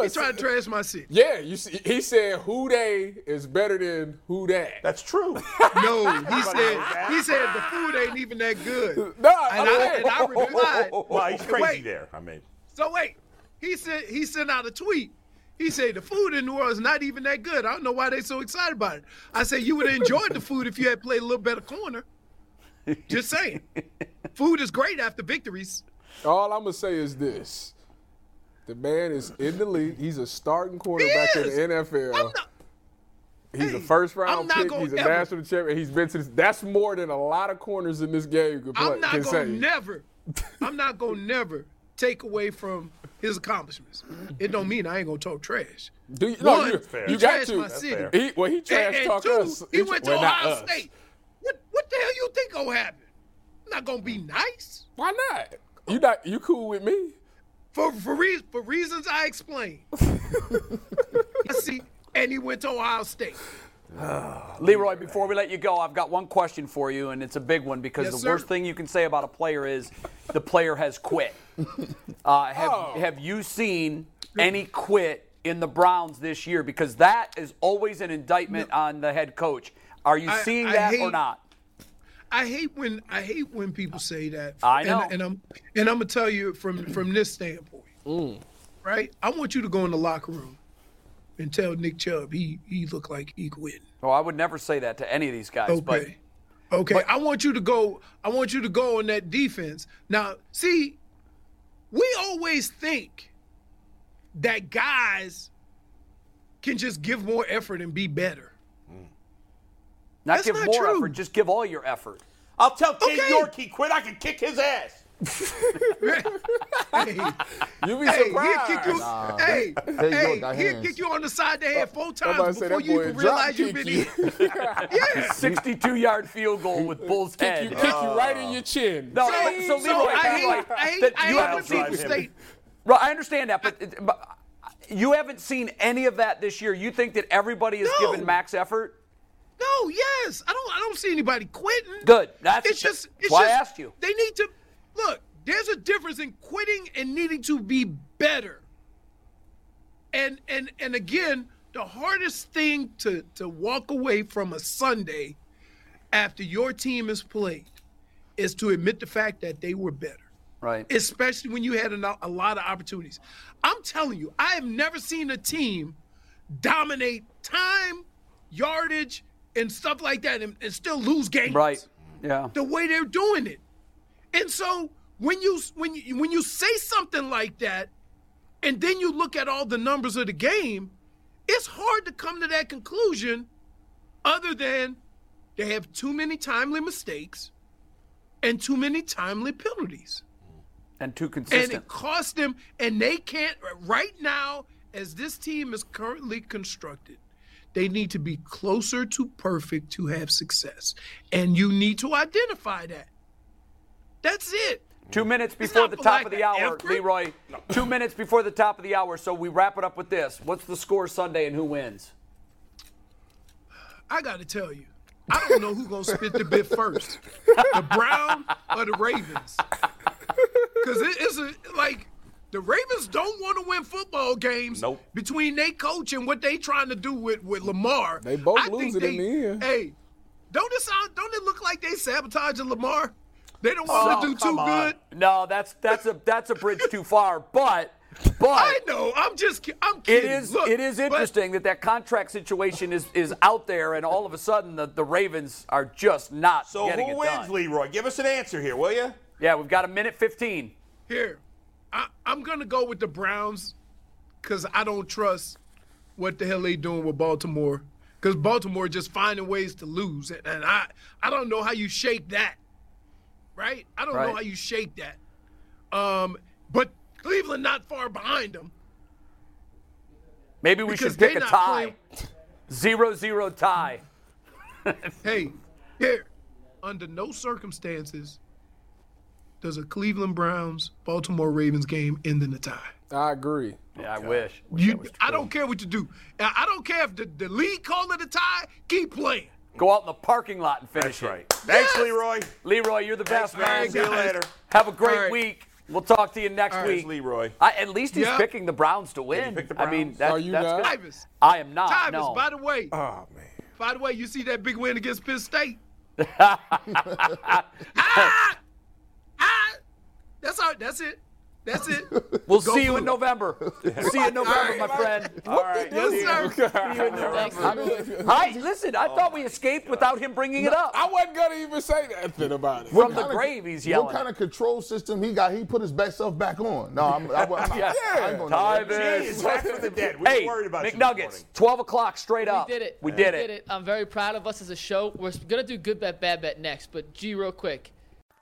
He tried to trash my city. Yeah, you see, he said who they is better than who that. That's true. No, he said he said the food ain't even that good. No, and, I'm I, saying- and I replied. well, he's crazy Wait. there. I mean, So wait, he said he sent out a tweet. He said the food in New Orleans not even that good. I don't know why they so excited about it. I said you would have enjoyed the food if you had played a little better corner. Just saying, food is great after victories. All I'm gonna say is this: the man is in the league. He's a starting quarterback in is. the NFL. I'm not, He's a Hey, first I'm round not pick. gonna He's a ever- national champion. He's been to this. That's more than a lot of corners in this game could play. I'm not can gonna say. never. I'm not gonna never take away from his accomplishments. It don't mean I ain't gonna talk trash. Do you, no, One, you, you you got trashed my city. to. He, well, he And, trash and talked two, us. he went to well, not Ohio us. State. What what the hell you think gonna happen? I'm not gonna be nice Why not? You not you cool with me? for for, rea- for reasons I explained. I see, and he went to Ohio State. Leroy, before we let you go, I've got one question for you, and it's a big one because Yes, the sir. worst thing you can say about a player is the player has quit. Uh, have, Oh. have you seen any quit in the Browns this year? Because that is always an indictment on the head coach. Are you I- seeing I that or hate- not? I hate when I hate when people say that. I And- know. and, I'm and I'm gonna tell you from from this standpoint, right? I want you to go in the locker room and tell Nick Chubb he he looked like he quit. Well, Oh, I would never say that to any of these guys, but Okay, okay. I want you to go. I want you to go on that defense. Now, see, we always think that guys can just give more effort and be better. not That's give not more true. effort, just give all your effort. I'll tell King Okay. York he quit. I can kick his ass. You be Hey, he'll surprised. kick you. Hey, Hey, hey, York got he'll hands. kick you on the side of the head four I'm about to times say before that you boy even drop realize you've been. kick in. you. Yeah. 62 yard field goal with Bull's head. Kick you, kick you right in your chin. No, Hey, so, so Leroy, I hate, Leroy, I hate, that I you hate haven't when drive him. people seen say, Right, I understand that, but, but you haven't seen any of that this year. You think that everybody is No. given max effort? "No, yes, I don't, I don't see anybody quitting." Good. That's- it's just, that's it's why I just, asked you. They need to look. There's a difference in quitting and needing to be better. And and and again, the hardest thing to to walk away from a Sunday after your team has played is to admit the fact that they were better, Right. especially when you had a, a lot of opportunities. I'm telling you, I have never seen a team dominate time, yardage, and stuff like that and, and still lose games right. Yeah. the way they're doing it. And so when you when you when you say something like that, and then you look at all the numbers of the game, it's hard to come to that conclusion, other than they have too many timely mistakes and too many timely penalties. And too And consistent. it cost them, and they can't right now, as this team is currently constructed, they need to be closer to perfect to have success. And you need to identify that. That's it. Two minutes before not the top like of the an hour, effort. Leroy. Two minutes before the top of the hour, so we wrap it up with this. What's the score Sunday and who wins? I gotta tell you, I don't know who's gonna spit the bit first, the Brown or the Ravens, because it is a, like the Ravens don't want to win football games. Nope. Between they coach and what they trying to do with with Lamar, They both I think lose it in the end. Hey, don't it sound? Don't it look like they sabotaging Lamar? They don't Oh, want to do too good. No, that's that's a that's a bridge too far. But I but know. I'm just. ki- I'm it kidding. is Look, it is but- interesting that that contract situation is is out there, and all of a sudden the, the Ravens are just not So getting who it wins, done. Leroy? Give us an answer here, will you? Yeah, we've got a minute fifteen. Here, I, I'm gonna go with the Browns because I don't trust what the hell they doing with Baltimore. Because Baltimore just finding ways to lose, and, and I I don't know how you shake that, right? I don't know Right. how you shake that. Um, but Cleveland not far behind them. Maybe we Because should pick they a not tie. Zero zero tie. Hey, here, under no circumstances does a Cleveland Browns Baltimore Ravens game end in a tie. I agree. Yeah, I wish. You, I don't care what you do. I I don't care if the, the league called it a tie. Keep playing. Go out in the parking lot and finish That's it. right. Thanks, Leroy. Leroy, you're the best man. man. See you later. Have a great All right. week. We'll talk to you next Thanks, week. Leroy. I, at least he's Yeah. picking the Browns to win. pick the I mean, Browns? that, Are you that's guys? good. Davis. I am not. Tyvus, no. by the way, Oh man. by the way, you see that big win against Penn State? ah, ah, that's all. That's it. That's it. we'll Go see you in Blue. November. we'll see you in November, my friend. All right. Yes, sir. Thanks. I, listen, Oh I thought we escaped without him bringing it up. I wasn't gonna even say nothing about it. From the kinda- grave, he's What yelling. kind of control system he got? He put his best self back on. No, I'm. I'm, I'm, Yeah. I ain't going nowhere. Jeez, Tyvus. back for the dead. We Hey, were worried about you this McNuggets, 12 o'clock straight up. We did it. We did it. I'm very proud of us as a show. We're gonna do good bet, bad bet next. But G, real quick,